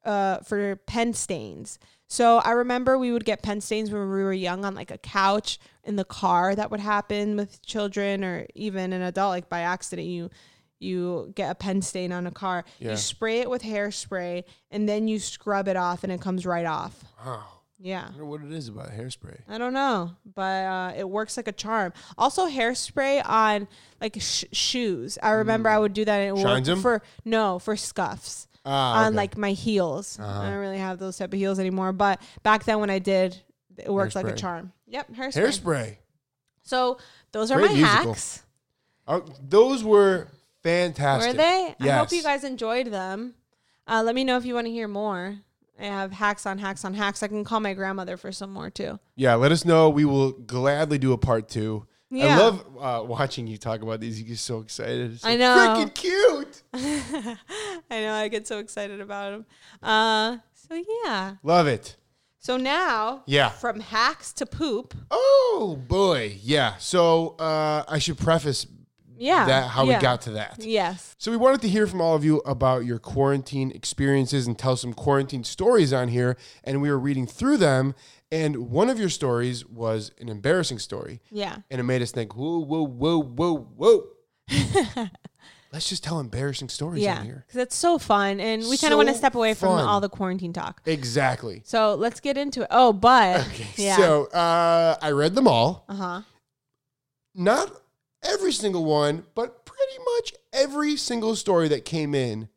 Speaker 2: uh, for pen stains. So I remember we would get pen stains when we were young on like a couch in the car. That would happen with children or even an adult, like by accident you you get a pen stain on a car.
Speaker 1: Yeah.
Speaker 2: You spray it with hairspray and then you scrub it off and it comes right off.
Speaker 1: Wow.
Speaker 2: Yeah.
Speaker 1: I wonder what it is about hairspray.
Speaker 2: I don't know, but uh, it works like a charm. Also, hairspray on like sh- shoes. I remember I would do that. And it
Speaker 1: Mm. Shines
Speaker 2: worked
Speaker 1: 'em?
Speaker 2: for no for scuffs
Speaker 1: Ah,
Speaker 2: on
Speaker 1: okay. Uh-huh.
Speaker 2: like my heels. I don't really have those type of heels anymore, but back then when I did, it worked like a
Speaker 1: Hairspray.
Speaker 2: charm. Yep, hairspray.
Speaker 1: hairspray.
Speaker 2: So those are
Speaker 1: Great
Speaker 2: my
Speaker 1: musical.
Speaker 2: hacks.
Speaker 1: Oh, those were
Speaker 2: Were
Speaker 1: fantastic.
Speaker 2: they? I hope you
Speaker 1: Yes.
Speaker 2: guys enjoyed them. Uh, let me know if you want to hear more. I have hacks on hacks on hacks. I can call my grandmother for some more too.
Speaker 1: Yeah, let us know. We will gladly do a part two. I
Speaker 2: Yeah.
Speaker 1: love uh, watching you talk about these. You get so excited. It's so
Speaker 2: I know.
Speaker 1: Freaking cute.
Speaker 2: I know I get so excited about them. Uh, so yeah.
Speaker 1: Love it.
Speaker 2: So now,
Speaker 1: Yeah.
Speaker 2: from hacks to poop.
Speaker 1: Oh boy, yeah. So uh, I should preface
Speaker 2: Yeah.
Speaker 1: that how
Speaker 2: yeah.
Speaker 1: we got to that.
Speaker 2: Yes.
Speaker 1: So we wanted to hear from all of you about your quarantine experiences and tell some quarantine stories on here. And we were reading through them, and one of your stories was an embarrassing story,
Speaker 2: Yeah.
Speaker 1: and it made us think, whoa, whoa, whoa, whoa, whoa.
Speaker 2: <laughs>
Speaker 1: Let's just tell embarrassing stories
Speaker 2: Yeah.
Speaker 1: on here.
Speaker 2: Because it's so fun, and we kind
Speaker 1: So
Speaker 2: of want to step away from
Speaker 1: fun.
Speaker 2: all the quarantine talk.
Speaker 1: Exactly.
Speaker 2: So let's get into it. Oh, but
Speaker 1: <laughs>
Speaker 2: yeah.
Speaker 1: So uh, I read them all.
Speaker 2: uh huh.
Speaker 1: not every single one, but pretty much every single story that came in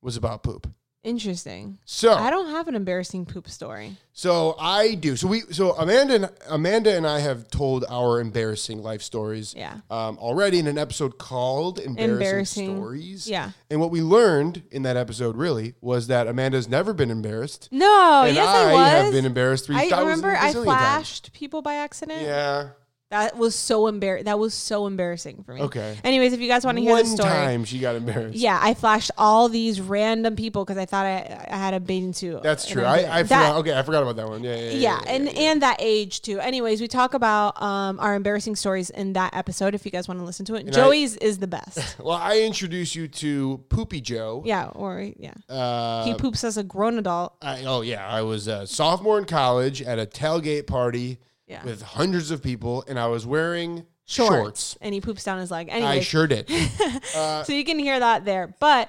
Speaker 1: was about poop.
Speaker 2: Interesting.
Speaker 1: So
Speaker 2: I don't have an embarrassing poop story.
Speaker 1: so I do. So we so Amanda and Amanda and I have told our embarrassing life stories
Speaker 2: Yeah.
Speaker 1: um, already in an episode called Embarrassing,
Speaker 2: Embarrassing.
Speaker 1: Stories.
Speaker 2: Yeah.
Speaker 1: And what we learned in that episode really was that Amanda's never been embarrassed.
Speaker 2: No.
Speaker 1: and
Speaker 2: yes,
Speaker 1: I,
Speaker 2: I, was.
Speaker 1: have been embarrassed three
Speaker 2: I
Speaker 1: thousand
Speaker 2: remember I
Speaker 1: gazillion
Speaker 2: flashed people by
Speaker 1: times.
Speaker 2: accident.
Speaker 1: Yeah.
Speaker 2: That was so embar. That was so embarrassing for me.
Speaker 1: Okay.
Speaker 2: Anyways, if you guys want to hear
Speaker 1: One
Speaker 2: the story,
Speaker 1: time she got embarrassed.
Speaker 2: yeah, I flashed all these random people because I thought I, I had a bathing suit.
Speaker 1: That's
Speaker 2: and
Speaker 1: true.
Speaker 2: I
Speaker 1: I,
Speaker 2: didn't.
Speaker 1: I
Speaker 2: That-
Speaker 1: forgot. Okay, I forgot about that one. Yeah, yeah, yeah.
Speaker 2: yeah, and and that age too. Anyways, we talk about um, our embarrassing stories in that episode. If you guys want to listen to it,
Speaker 1: I-
Speaker 2: Joey's is
Speaker 1: <laughs>
Speaker 2: the best.
Speaker 1: Well, I introduce you to Poopy Joe.
Speaker 2: yeah, or yeah,
Speaker 1: Uh,
Speaker 2: he poops as a grown adult.
Speaker 1: I, oh yeah, I was a sophomore in college at a tailgate party
Speaker 2: Yeah,
Speaker 1: with hundreds of people, and I was wearing
Speaker 2: shorts,
Speaker 1: shorts.
Speaker 2: and he poops down his leg.
Speaker 1: I
Speaker 2: Anyways,
Speaker 1: sure
Speaker 2: <laughs>
Speaker 1: did. uh,
Speaker 2: so you can hear that there. But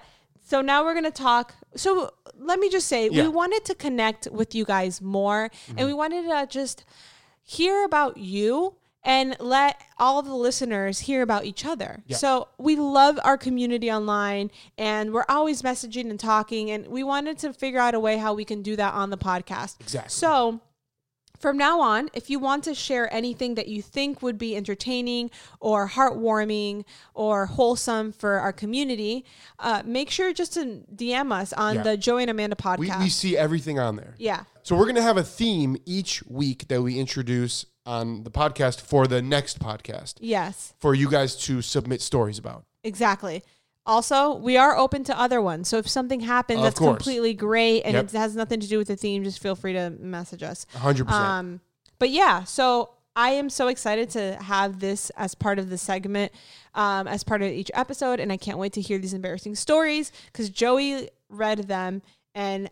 Speaker 2: so now we're gonna talk. So let me just say,
Speaker 1: Yeah. Mm-hmm.
Speaker 2: we wanted to connect with you guys more, and we wanted to just hear about you and let all of the listeners hear about each other.
Speaker 1: Yeah.
Speaker 2: So we love our community online, and we're always messaging and talking, and we wanted to figure out a way how we can do that on the podcast.
Speaker 1: Exactly.
Speaker 2: So from now on, if you want to share anything that you think would be entertaining or heartwarming or wholesome for our community, uh, make sure just to DM us on
Speaker 1: Yeah.
Speaker 2: the Joey and Amanda podcast.
Speaker 1: we, we see everything on there.
Speaker 2: yeah.
Speaker 1: So we're gonna have a theme each week that we introduce on the podcast for the next podcast
Speaker 2: Yes.
Speaker 1: for you guys to submit stories about.
Speaker 2: Exactly. Also, we are open to other ones. So if something happens
Speaker 1: Of
Speaker 2: that's
Speaker 1: course.
Speaker 2: completely great and
Speaker 1: Yep.
Speaker 2: it has nothing to do with the theme, just feel free to message us.
Speaker 1: hundred percent.
Speaker 2: Um, but yeah, so I am so excited to have this as part of the segment, um, as part of each episode, and I can't wait to hear these embarrassing stories because Joey read them and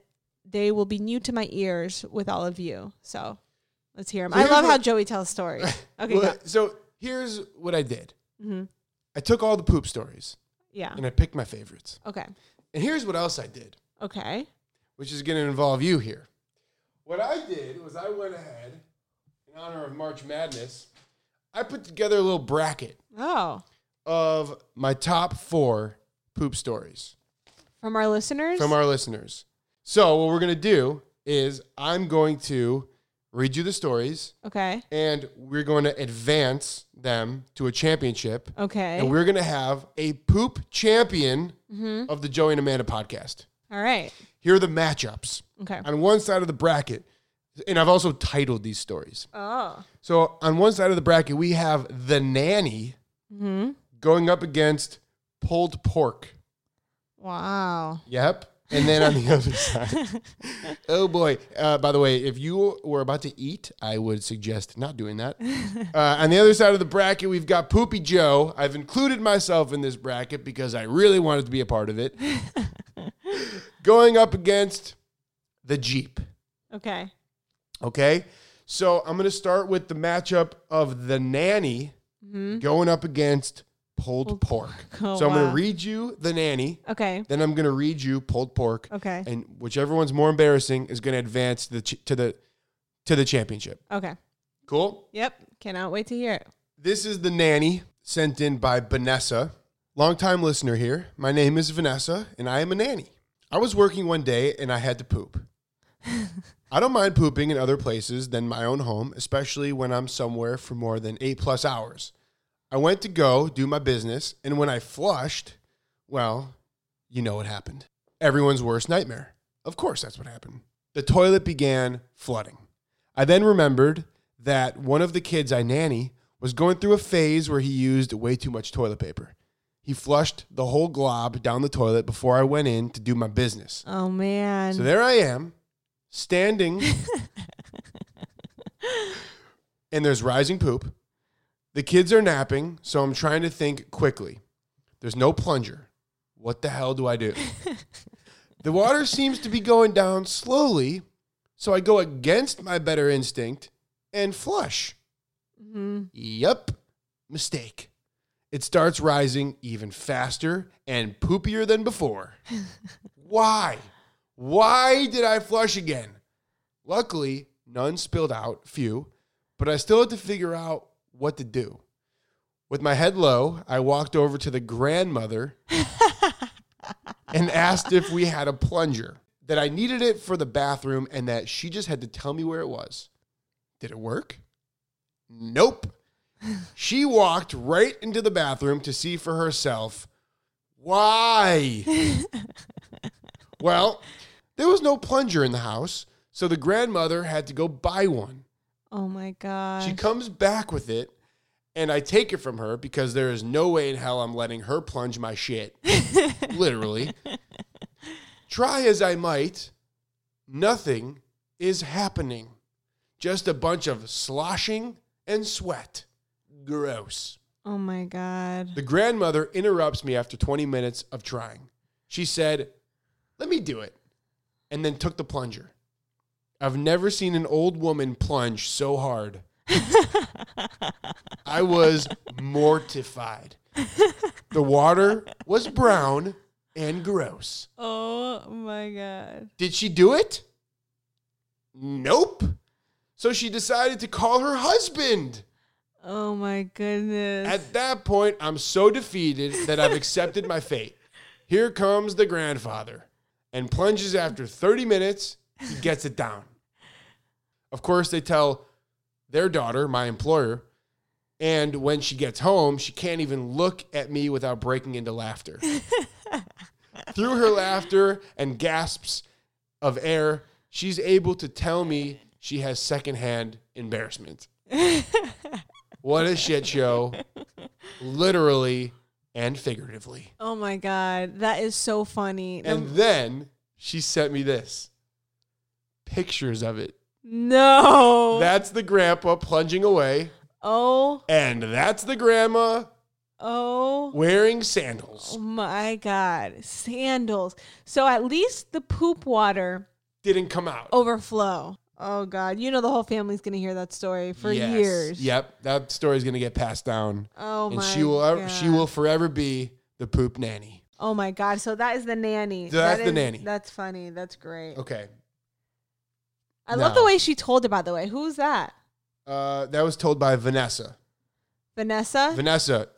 Speaker 2: they will be new to my ears with all of you. So let's hear them.
Speaker 1: So
Speaker 2: I
Speaker 1: here's
Speaker 2: love how
Speaker 1: what-
Speaker 2: Joey tells stories.
Speaker 1: <laughs>
Speaker 2: Okay,
Speaker 1: Well,
Speaker 2: go.
Speaker 1: so here's what I did.
Speaker 2: Mhm.
Speaker 1: I took all the poop stories
Speaker 2: yeah.
Speaker 1: and I picked my favorites.
Speaker 2: Okay.
Speaker 1: And here's what else I did,
Speaker 2: Okay.
Speaker 1: which is going to involve you here. What I did was I went ahead, in honor of March Madness, I put together a little bracket
Speaker 2: Oh,
Speaker 1: of my top four poop stories
Speaker 2: from our listeners.
Speaker 1: from our listeners. So, what we're going to do is I'm going to read you the stories
Speaker 2: okay.
Speaker 1: and we're going to advance them to a championship.
Speaker 2: Okay.
Speaker 1: And we're going to have a poop champion of the Joey and Amanda podcast.
Speaker 2: all right.
Speaker 1: Here are the matchups.
Speaker 2: Okay.
Speaker 1: On one side of the bracket, And I've also titled these stories.
Speaker 2: Oh.
Speaker 1: So on one side of the bracket, we have the nanny
Speaker 2: mm-hmm.
Speaker 1: going up against pulled pork.
Speaker 2: Wow. <laughs>
Speaker 1: Yep. And then on the other side, oh boy. Uh, by the way, if you were about to eat, I would suggest not doing that. Uh, on the other side of the bracket, we've got Poopy Joe. I've included myself in this bracket because I really wanted to be a part of it. Going up against the Jeep.
Speaker 2: Okay.
Speaker 1: Okay. So I'm going to start with the matchup of the nanny
Speaker 2: Mm-hmm.
Speaker 1: going up against pulled, pork.
Speaker 2: <laughs> Oh,
Speaker 1: so I'm going
Speaker 2: wow.
Speaker 1: to read you the nanny.
Speaker 2: Okay.
Speaker 1: Then I'm going to read you pulled pork.
Speaker 2: Okay.
Speaker 1: And whichever one's more embarrassing is going to advance to the ch- to the to the championship.
Speaker 2: Okay.
Speaker 1: Cool.
Speaker 2: Yep. Cannot wait to hear it.
Speaker 1: This is the nanny sent in by Vanessa, longtime listener here. My name is Vanessa, and I am a nanny. I was working one day and I had to poop. I don't mind pooping in other places than my own home, especially when I'm somewhere for more than eight plus hours. I went to go do my business, and when I flushed, well, you know what happened. Everyone's worst nightmare. Of course, that's what happened. The toilet began flooding. I then remembered that one of the kids I nanny was going through a phase where he used way too much toilet paper. He flushed the whole glob down the toilet before I went in to do my business.
Speaker 2: Oh man.
Speaker 1: So there I am, standing, and there's rising poop. The kids are napping, so I'm trying to think quickly. There's no plunger. What the hell do I do? the water seems to be going down slowly, so I go against my better instinct and flush.
Speaker 2: Mhm.
Speaker 1: Yep, mistake. It starts rising even faster and poopier than before. Why? Why did I flush again? Luckily, none spilled out, few, but I still had to figure out what to do. With my head low, I walked over to the grandmother and asked if we had a plunger, that I needed it for the bathroom, and that she just had to tell me where it was. Did it work? Nope. She walked right into the bathroom to see for herself. Why? well, there was no plunger in the house, so the grandmother had to go buy one.
Speaker 2: Oh my god.
Speaker 1: She comes back with it, and I take it from her because there is no way in hell I'm letting her plunge my shit. Literally. Try as I might, nothing is happening. Just a bunch of sloshing and sweat. Gross.
Speaker 2: oh my god.
Speaker 1: The grandmother interrupts me after 20 minutes of trying. She said, Let me do it, and then took the plunger. I've never seen an old woman plunge so hard. I was <laughs> mortified. The water was brown and gross.
Speaker 2: <laughs> Oh my god.
Speaker 1: Did she do it? Nope. So she decided to call her husband.
Speaker 2: Oh my goodness.
Speaker 1: At that point, I'm so defeated that I've accepted my fate. Here comes the grandfather and plunges after 30 minutes. He gets it down. Of course, they tell their daughter, my employer, and when she gets home, she can't even look at me without breaking into laughter. Through her laughter and gasps of air, she's able to tell me she has secondhand embarrassment. What a shit show. Literally and figuratively.
Speaker 2: <laughs> oh my god. That is so funny.
Speaker 1: And
Speaker 2: The-
Speaker 1: then she sent me this pictures of it.
Speaker 2: no.
Speaker 1: That's the grandpa plunging away,
Speaker 2: oh.
Speaker 1: and that's the grandma
Speaker 2: Oh.
Speaker 1: wearing
Speaker 2: Oh
Speaker 1: sandals.
Speaker 2: my god. Sandals. So at least the poop water
Speaker 1: Didn't come out.
Speaker 2: overflow. Oh god. You know the whole family's going to hear that story for
Speaker 1: Yes.
Speaker 2: years.
Speaker 1: Yep, that story's gonna get passed down,
Speaker 2: Oh
Speaker 1: and
Speaker 2: my
Speaker 1: she will ever, she
Speaker 2: God.
Speaker 1: will forever be the poop nanny.
Speaker 2: Oh my god. So that is the nanny.
Speaker 1: So that's
Speaker 2: That
Speaker 1: the
Speaker 2: is-
Speaker 1: nanny.
Speaker 2: That's funny. That's great.
Speaker 1: Okay,
Speaker 2: I love the
Speaker 1: No.
Speaker 2: way she told it by the way. Who's that?
Speaker 1: uh, that was told by Vanessa.
Speaker 2: Vanessa?
Speaker 1: Vanessa,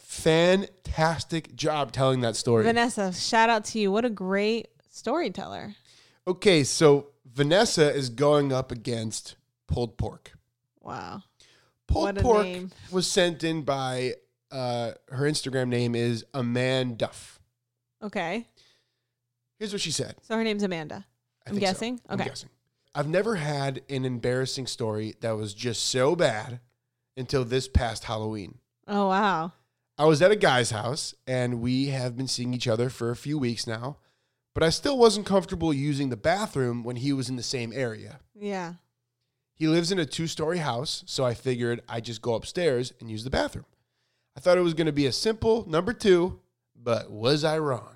Speaker 1: fantastic job telling that story.
Speaker 2: Vanessa, shout out to you. What a great storyteller.
Speaker 1: Okay, so Vanessa is going up against pulled pork.
Speaker 2: Wow.
Speaker 1: Pulled
Speaker 2: What a
Speaker 1: pork
Speaker 2: name.
Speaker 1: was sent in by uh, her Instagram name is Aman Duff.
Speaker 2: Okay.
Speaker 1: Here's what she said.
Speaker 2: So her name's Amanda.
Speaker 1: I
Speaker 2: I'm
Speaker 1: think so.
Speaker 2: guessing?
Speaker 1: I'm
Speaker 2: Okay.
Speaker 1: guessing. I've never had an embarrassing story that was just so bad until this past Halloween.
Speaker 2: Oh wow.
Speaker 1: I was at a guy's house and we have been seeing each other for a few weeks now, but I still wasn't comfortable using the bathroom when he was in the same area.
Speaker 2: Yeah.
Speaker 1: He lives in a two story house, so I figured I'd just go upstairs and use the bathroom. I thought it was going to be a simple number two, but was I wrong?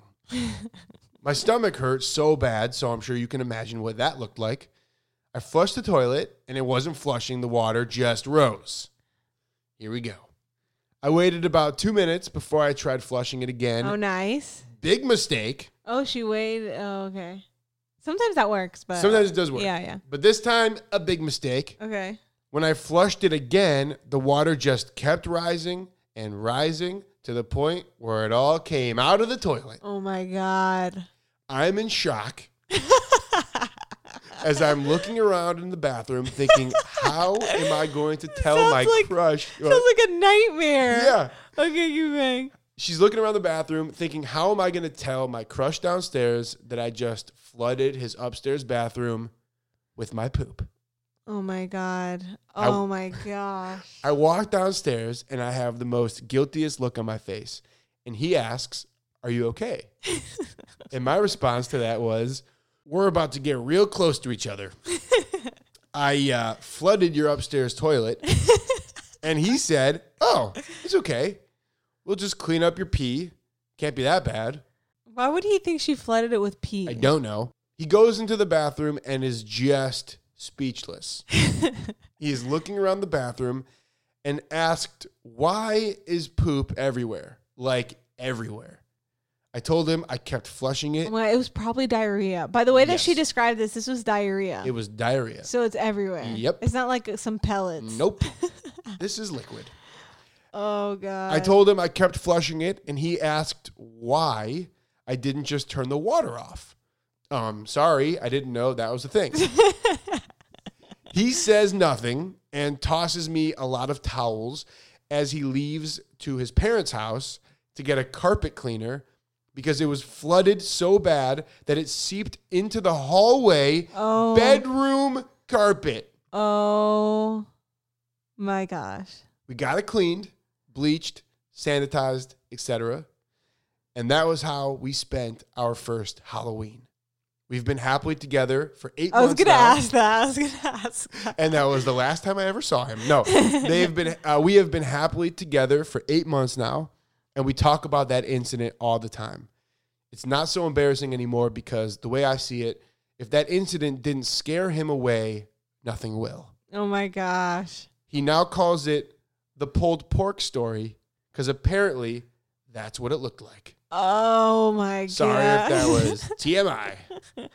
Speaker 1: My stomach hurt so bad, so I'm sure you can imagine what that looked like. I flushed the toilet, and it wasn't flushing, the water just rose. Here we go. I waited about two minutes before I tried flushing it again.
Speaker 2: oh nice.
Speaker 1: Big mistake.
Speaker 2: Oh, she waited. Oh, okay. Sometimes that works, but
Speaker 1: Sometimes it does work.
Speaker 2: Yeah, yeah.
Speaker 1: But this time, a big mistake.
Speaker 2: Okay.
Speaker 1: When I flushed it again, the water just kept rising and rising to the point where it all came out of the toilet.
Speaker 2: Oh my god.
Speaker 1: I'm in
Speaker 2: <laughs>
Speaker 1: shock as I'm looking around in the bathroom thinking, how am I going to tell
Speaker 2: Sounds
Speaker 1: my
Speaker 2: like-
Speaker 1: crush?
Speaker 2: Sounds like a nightmare.
Speaker 1: yeah.
Speaker 2: Okay, you bang.
Speaker 1: She's looking around the bathroom thinking, how am I going to tell my crush downstairs that I just flooded his upstairs bathroom with my poop?
Speaker 2: Oh my god.
Speaker 1: I w-
Speaker 2: Oh my gosh.
Speaker 1: I walk downstairs and I have the most guiltiest look on my face. And he asks, Are you okay? and my response to that was, We're about to get real close to each other. I uh, flooded your upstairs toilet. and he said, Oh, it's okay. We'll just clean up your pee. Can't be that bad.
Speaker 2: Why would he think she flooded it with pee?
Speaker 1: I
Speaker 2: <laughs>
Speaker 1: don't know. He goes into the bathroom and is just speechless. he is looking around the bathroom and asked, Why is poop everywhere? Like everywhere. I told him I kept flushing it.
Speaker 2: Well, Oh it was probably diarrhea. By the way that she
Speaker 1: Yes.
Speaker 2: described this, this was diarrhea.
Speaker 1: It was diarrhea.
Speaker 2: so it's everywhere.
Speaker 1: Yep.
Speaker 2: It's not like some pellets.
Speaker 1: Nope. this is liquid.
Speaker 2: Oh god.
Speaker 1: I told him I kept flushing it and he asked why I didn't just turn the water off. Um, sorry, I didn't know that was a thing. he says nothing and tosses me a lot of towels as he leaves to his parents' house to get a carpet cleaner because it was flooded so bad that it seeped into the hallway
Speaker 2: Oh.
Speaker 1: bedroom carpet.
Speaker 2: Oh my gosh.
Speaker 1: We got it cleaned, bleached, sanitized, etc. And that was how we spent our first Halloween. We've been happily together for eight
Speaker 2: I was
Speaker 1: months
Speaker 2: gonna
Speaker 1: now,
Speaker 2: ask that. I was gonna <laughs> ask. That.
Speaker 1: and that was the last time I ever saw him.
Speaker 2: <laughs>
Speaker 1: No, they've been uh, we have been happily together for eight months now, and we talk about that incident all the time. It's not so embarrassing anymore because the way I see it, if that incident didn't scare him away, nothing will.
Speaker 2: Oh my gosh.
Speaker 1: He now calls it the pulled pork story because apparently that's what it looked like.
Speaker 2: Oh my
Speaker 1: Sorry
Speaker 2: gosh.
Speaker 1: if
Speaker 2: <laughs>
Speaker 1: that was TMI.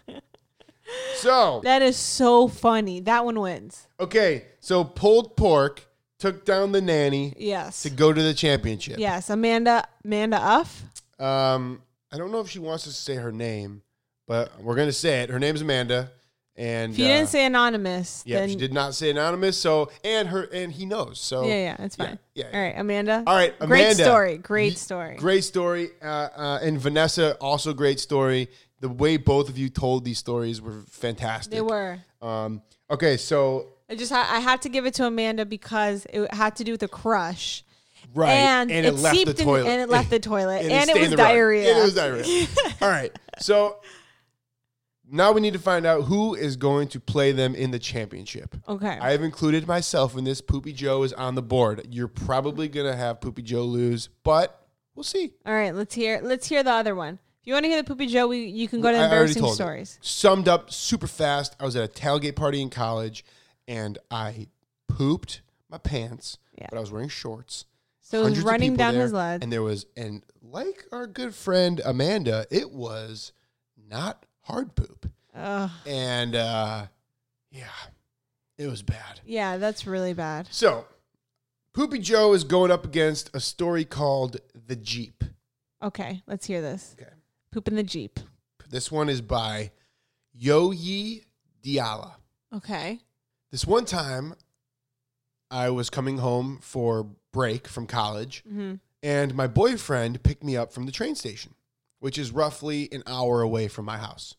Speaker 1: So,
Speaker 2: That is so funny. That one wins.
Speaker 1: okay, so pulled pork took down the nanny
Speaker 2: Yes.
Speaker 1: to go to the championship.
Speaker 2: Yes. Amanda Amanda Uff.
Speaker 1: Um, I don't know if she wants us to say her name, but we're gonna say it. Her name's Amanda, and
Speaker 2: If you
Speaker 1: uh,
Speaker 2: didn't say anonymous,
Speaker 1: yeah,
Speaker 2: then
Speaker 1: she did not say anonymous. So, and her and he knows. So,
Speaker 2: Yeah, yeah, it's
Speaker 1: Yeah,
Speaker 2: fine.
Speaker 1: yeah,
Speaker 2: All right, Amanda.
Speaker 1: All right,
Speaker 2: Great
Speaker 1: Amanda.
Speaker 2: story. Great story.
Speaker 1: Great story. Uh, uh, and Vanessa, also great story. The way both of you told these stories were fantastic.
Speaker 2: They were.
Speaker 1: Um, okay, so,
Speaker 2: I just ha- I had to give it to Amanda because it had to do with a crush.
Speaker 1: right.
Speaker 2: And, it,
Speaker 1: left
Speaker 2: seeped
Speaker 1: the
Speaker 2: in-
Speaker 1: toilet.
Speaker 2: and it
Speaker 1: <laughs>
Speaker 2: left the toilet.
Speaker 1: And
Speaker 2: and it
Speaker 1: stayed
Speaker 2: was
Speaker 1: in the rug.
Speaker 2: diarrhea.
Speaker 1: And it was
Speaker 2: <laughs>
Speaker 1: diarrhea. All right, so now we need to find out who is going to play them in the championship.
Speaker 2: okay.
Speaker 1: I have included myself in this. Poopy Joe is on the board. You're probably going to have Poopy Joe lose, but we'll see.
Speaker 2: All right, let's hear let's hear the other one. If you want to hear the poopy Joe, we, you can go to
Speaker 1: I already
Speaker 2: embarrassing
Speaker 1: told you.
Speaker 2: stories.
Speaker 1: Summed up super fast. I was at a tailgate party in college, and I pooped my pants,
Speaker 2: Yeah.
Speaker 1: but I was wearing shorts.
Speaker 2: So it was
Speaker 1: Hundreds of
Speaker 2: running
Speaker 1: people
Speaker 2: down
Speaker 1: there,
Speaker 2: his leg.
Speaker 1: and there was, and like our good friend Amanda, it was not hard poop,
Speaker 2: Ugh.
Speaker 1: and uh, yeah, it was bad.
Speaker 2: yeah, that's really bad.
Speaker 1: So, Poopy Joe is going up against a story called the Jeep.
Speaker 2: Okay, let's hear this.
Speaker 1: Okay.
Speaker 2: Poop in the Jeep.
Speaker 1: This one is by Yoyi Diala.
Speaker 2: Okay.
Speaker 1: This one time, I was coming home for break from college,
Speaker 2: Mhm.
Speaker 1: and my boyfriend picked me up from the train station, which is roughly an hour away from my house.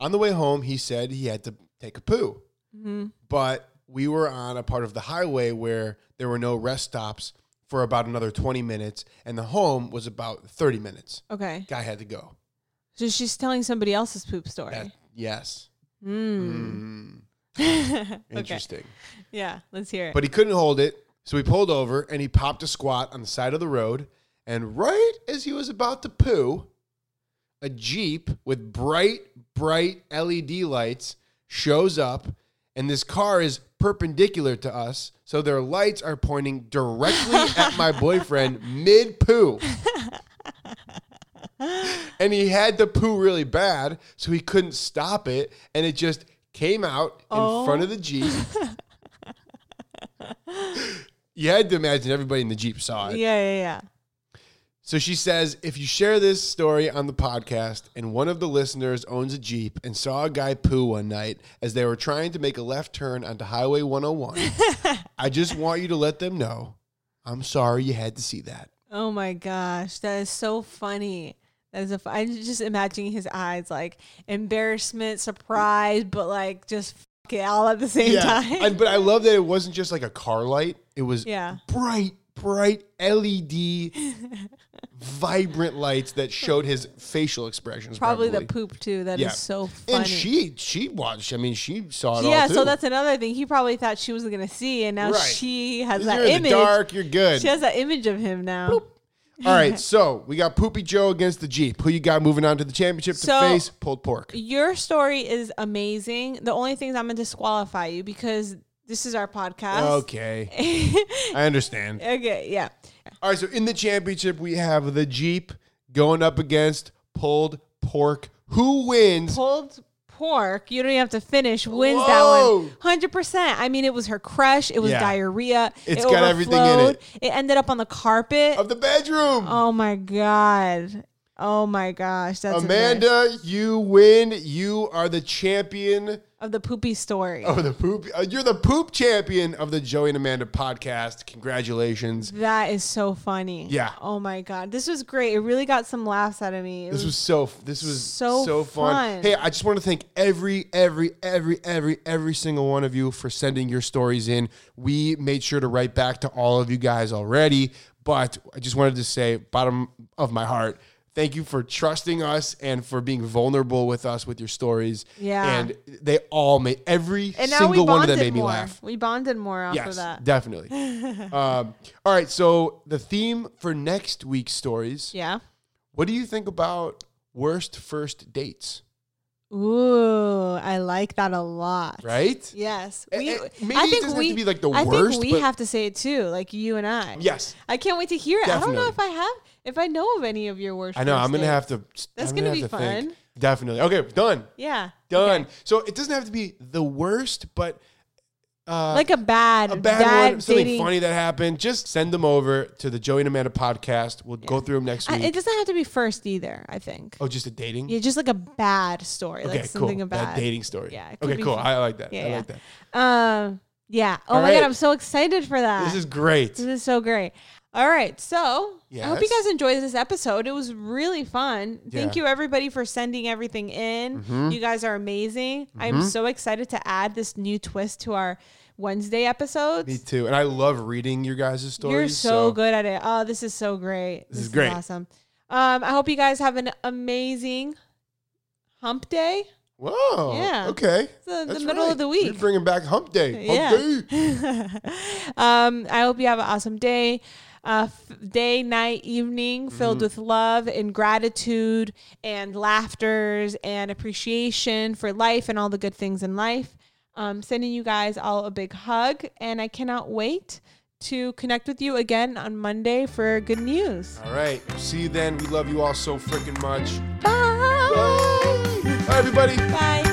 Speaker 1: On the way home, he said he had to take a poo,
Speaker 2: Mm-hmm.
Speaker 1: but we were on a part of the highway where there were no rest stops for about another 20 minutes, and the home was about 30 minutes.
Speaker 2: Okay.
Speaker 1: Guy had to go.
Speaker 2: So she's telling somebody else's poop story.
Speaker 1: That- yes. Mm,
Speaker 2: okay.
Speaker 1: interesting.
Speaker 2: <laughs> Yeah. Let's hear it.
Speaker 1: But he couldn't hold it, so he pulled over and he popped a squat on the side of the road. And right as he was about to poo, a Jeep with bright, bright LED lights shows up, and this car is perpendicular to us. So their lights are pointing
Speaker 2: <laughs>
Speaker 1: directly at my boyfriend mid poo. and he had to poo really bad, so he couldn't stop it. And it just came out in
Speaker 2: Oh.
Speaker 1: front of the Jeep. you had to imagine everybody in the Jeep saw it.
Speaker 2: yeah, yeah, yeah.
Speaker 1: So she says, if you share this story on the podcast and one of the listeners owns a Jeep and saw a guy poo one night as they were trying to make a left turn onto Highway
Speaker 2: <laughs>
Speaker 1: 101, I just want you to let them know I'm sorry you had to see that.
Speaker 2: Oh my gosh, that is so funny. That is a fu- I'm just imagining his eyes like embarrassment, surprise, but like just fuck it all at the same time.
Speaker 1: And, but I love that it wasn't just like a car light, it was
Speaker 2: yeah.
Speaker 1: bright, bright LED, vibrant lights that showed his facial expressions.
Speaker 2: <laughs> Probably,
Speaker 1: Probably,
Speaker 2: the poop too. That is
Speaker 1: Yeah.
Speaker 2: so funny.
Speaker 1: And she she watched. I mean, she saw it all.
Speaker 2: yeah,
Speaker 1: too.
Speaker 2: so that's another thing. He probably thought she was gonna see, and now
Speaker 1: Right.
Speaker 2: she has
Speaker 1: You're
Speaker 2: that
Speaker 1: in
Speaker 2: image.
Speaker 1: the dark. You're good.
Speaker 2: She has that image of him now.
Speaker 1: All right, so we got Poopy Joe against the Jeep. Who you got moving on to the championship
Speaker 2: So-
Speaker 1: to face pulled pork?
Speaker 2: Your story is amazing. The only thing is I'm gonna disqualify you because this is our podcast. <laughs>
Speaker 1: Okay,
Speaker 2: Okay.
Speaker 1: I understand.
Speaker 2: okay, yeah.
Speaker 1: All right, so in the championship we have the Jeep going up against pulled pork. Who wins?
Speaker 2: pulled pork. You don't even have to finish. Wins that
Speaker 1: Whoa.
Speaker 2: one, hundred percent. I mean, it was her crush. It was
Speaker 1: Yeah.
Speaker 2: diarrhea.
Speaker 1: It's
Speaker 2: it
Speaker 1: got everything in it.
Speaker 2: overflowed. It ended up on the carpet.
Speaker 1: of the bedroom.
Speaker 2: oh my god. Oh my gosh. That's embarrassing.
Speaker 1: Amanda, you win. You are the champion
Speaker 2: of the poopy story.
Speaker 1: of the poop. uh, you're the poop champion of the Joey and Amanda podcast. Congratulations.
Speaker 2: That is so funny.
Speaker 1: Yeah.
Speaker 2: Oh my god, this was great. It really got some laughs out of me. It
Speaker 1: This was so. This was
Speaker 2: So
Speaker 1: so, fun.
Speaker 2: fun.
Speaker 1: Hey, I just want to thank every, every, every, every, every single one of you for sending your stories in. We made sure to write back to all of you guys already, but I just wanted to say, bottom of my heart, thank you for trusting us and for being vulnerable with us with your stories.
Speaker 2: Yeah.
Speaker 1: and they all made every
Speaker 2: and now we
Speaker 1: single
Speaker 2: bonded
Speaker 1: one of them made me
Speaker 2: more.
Speaker 1: laugh.
Speaker 2: We bonded more after
Speaker 1: Yes,
Speaker 2: that. <laughs>
Speaker 1: definitely. um, all right, so the theme for next week's stories.
Speaker 2: Yeah.
Speaker 1: What do you think about worst first dates?
Speaker 2: Ooh, I like that a lot.
Speaker 1: Right?
Speaker 2: Yes.
Speaker 1: A-
Speaker 2: We,
Speaker 1: a- maybe
Speaker 2: I
Speaker 1: it
Speaker 2: think
Speaker 1: doesn't have
Speaker 2: we,
Speaker 1: to be, like, the
Speaker 2: I
Speaker 1: worst,
Speaker 2: think we
Speaker 1: but-
Speaker 2: have to say it too, like you and I.
Speaker 1: Yes.
Speaker 2: I can't wait to hear it. I don't know
Speaker 1: Definitely.
Speaker 2: if I have, if I know of any of your worst.
Speaker 1: I know.
Speaker 2: first
Speaker 1: I'm gonna
Speaker 2: dates.
Speaker 1: have to.
Speaker 2: That's
Speaker 1: I'm
Speaker 2: gonna
Speaker 1: have
Speaker 2: be
Speaker 1: to think.
Speaker 2: fun.
Speaker 1: Definitely. Okay. Done.
Speaker 2: Yeah.
Speaker 1: Done. So it doesn't have to be the worst, but uh,
Speaker 2: Like a bad,
Speaker 1: a bad, one, something
Speaker 2: dating.
Speaker 1: funny that happened. Just send them over to the Joey and Amanda podcast. We'll go through them next
Speaker 2: I,
Speaker 1: week.
Speaker 2: it doesn't have to be first either. I think.
Speaker 1: oh, just a dating.
Speaker 2: Yeah, just like a bad story,
Speaker 1: okay.
Speaker 2: like
Speaker 1: cool.
Speaker 2: something about
Speaker 1: Bad dating story.
Speaker 2: Yeah, it could
Speaker 1: Okay.
Speaker 2: be
Speaker 1: Cool.
Speaker 2: fun.
Speaker 1: I like that.
Speaker 2: Yeah,
Speaker 1: I
Speaker 2: yeah.
Speaker 1: like that.
Speaker 2: Um. Yeah. Oh
Speaker 1: All
Speaker 2: my god,
Speaker 1: right.
Speaker 2: I'm so excited for that.
Speaker 1: This is great.
Speaker 2: Ah. This is so great. All right. So I hope you
Speaker 1: Yes.
Speaker 2: guys enjoyed this episode. It was really fun. Thank
Speaker 1: Yeah. Mm-hmm.
Speaker 2: you, everybody, for sending everything in. You guys are amazing. I'm so excited to add this new twist to our Wednesday episodes.
Speaker 1: Me too. And I love reading your guys' stories.
Speaker 2: You're so, good at it. Oh, this is so great. This,
Speaker 1: is great.
Speaker 2: awesome. Um, I hope you guys have an amazing hump day.
Speaker 1: Whoa.
Speaker 2: Yeah.
Speaker 1: Okay.
Speaker 2: the
Speaker 1: That's
Speaker 2: middle of
Speaker 1: right.
Speaker 2: the
Speaker 1: You're
Speaker 2: week.
Speaker 1: bringing back Hump Day. Hump Day.
Speaker 2: um, I hope you have an awesome day, uh, f- day, night, evening filled with love and gratitude and laughters and appreciation for life and all the good things in life. Um, sending you guys all a big hug, and I cannot wait to connect with you again on Monday for good news.
Speaker 1: All right. See you then. We love you all so freaking much.
Speaker 2: Bye.
Speaker 1: Bye. Bye, everybody.
Speaker 2: Bye.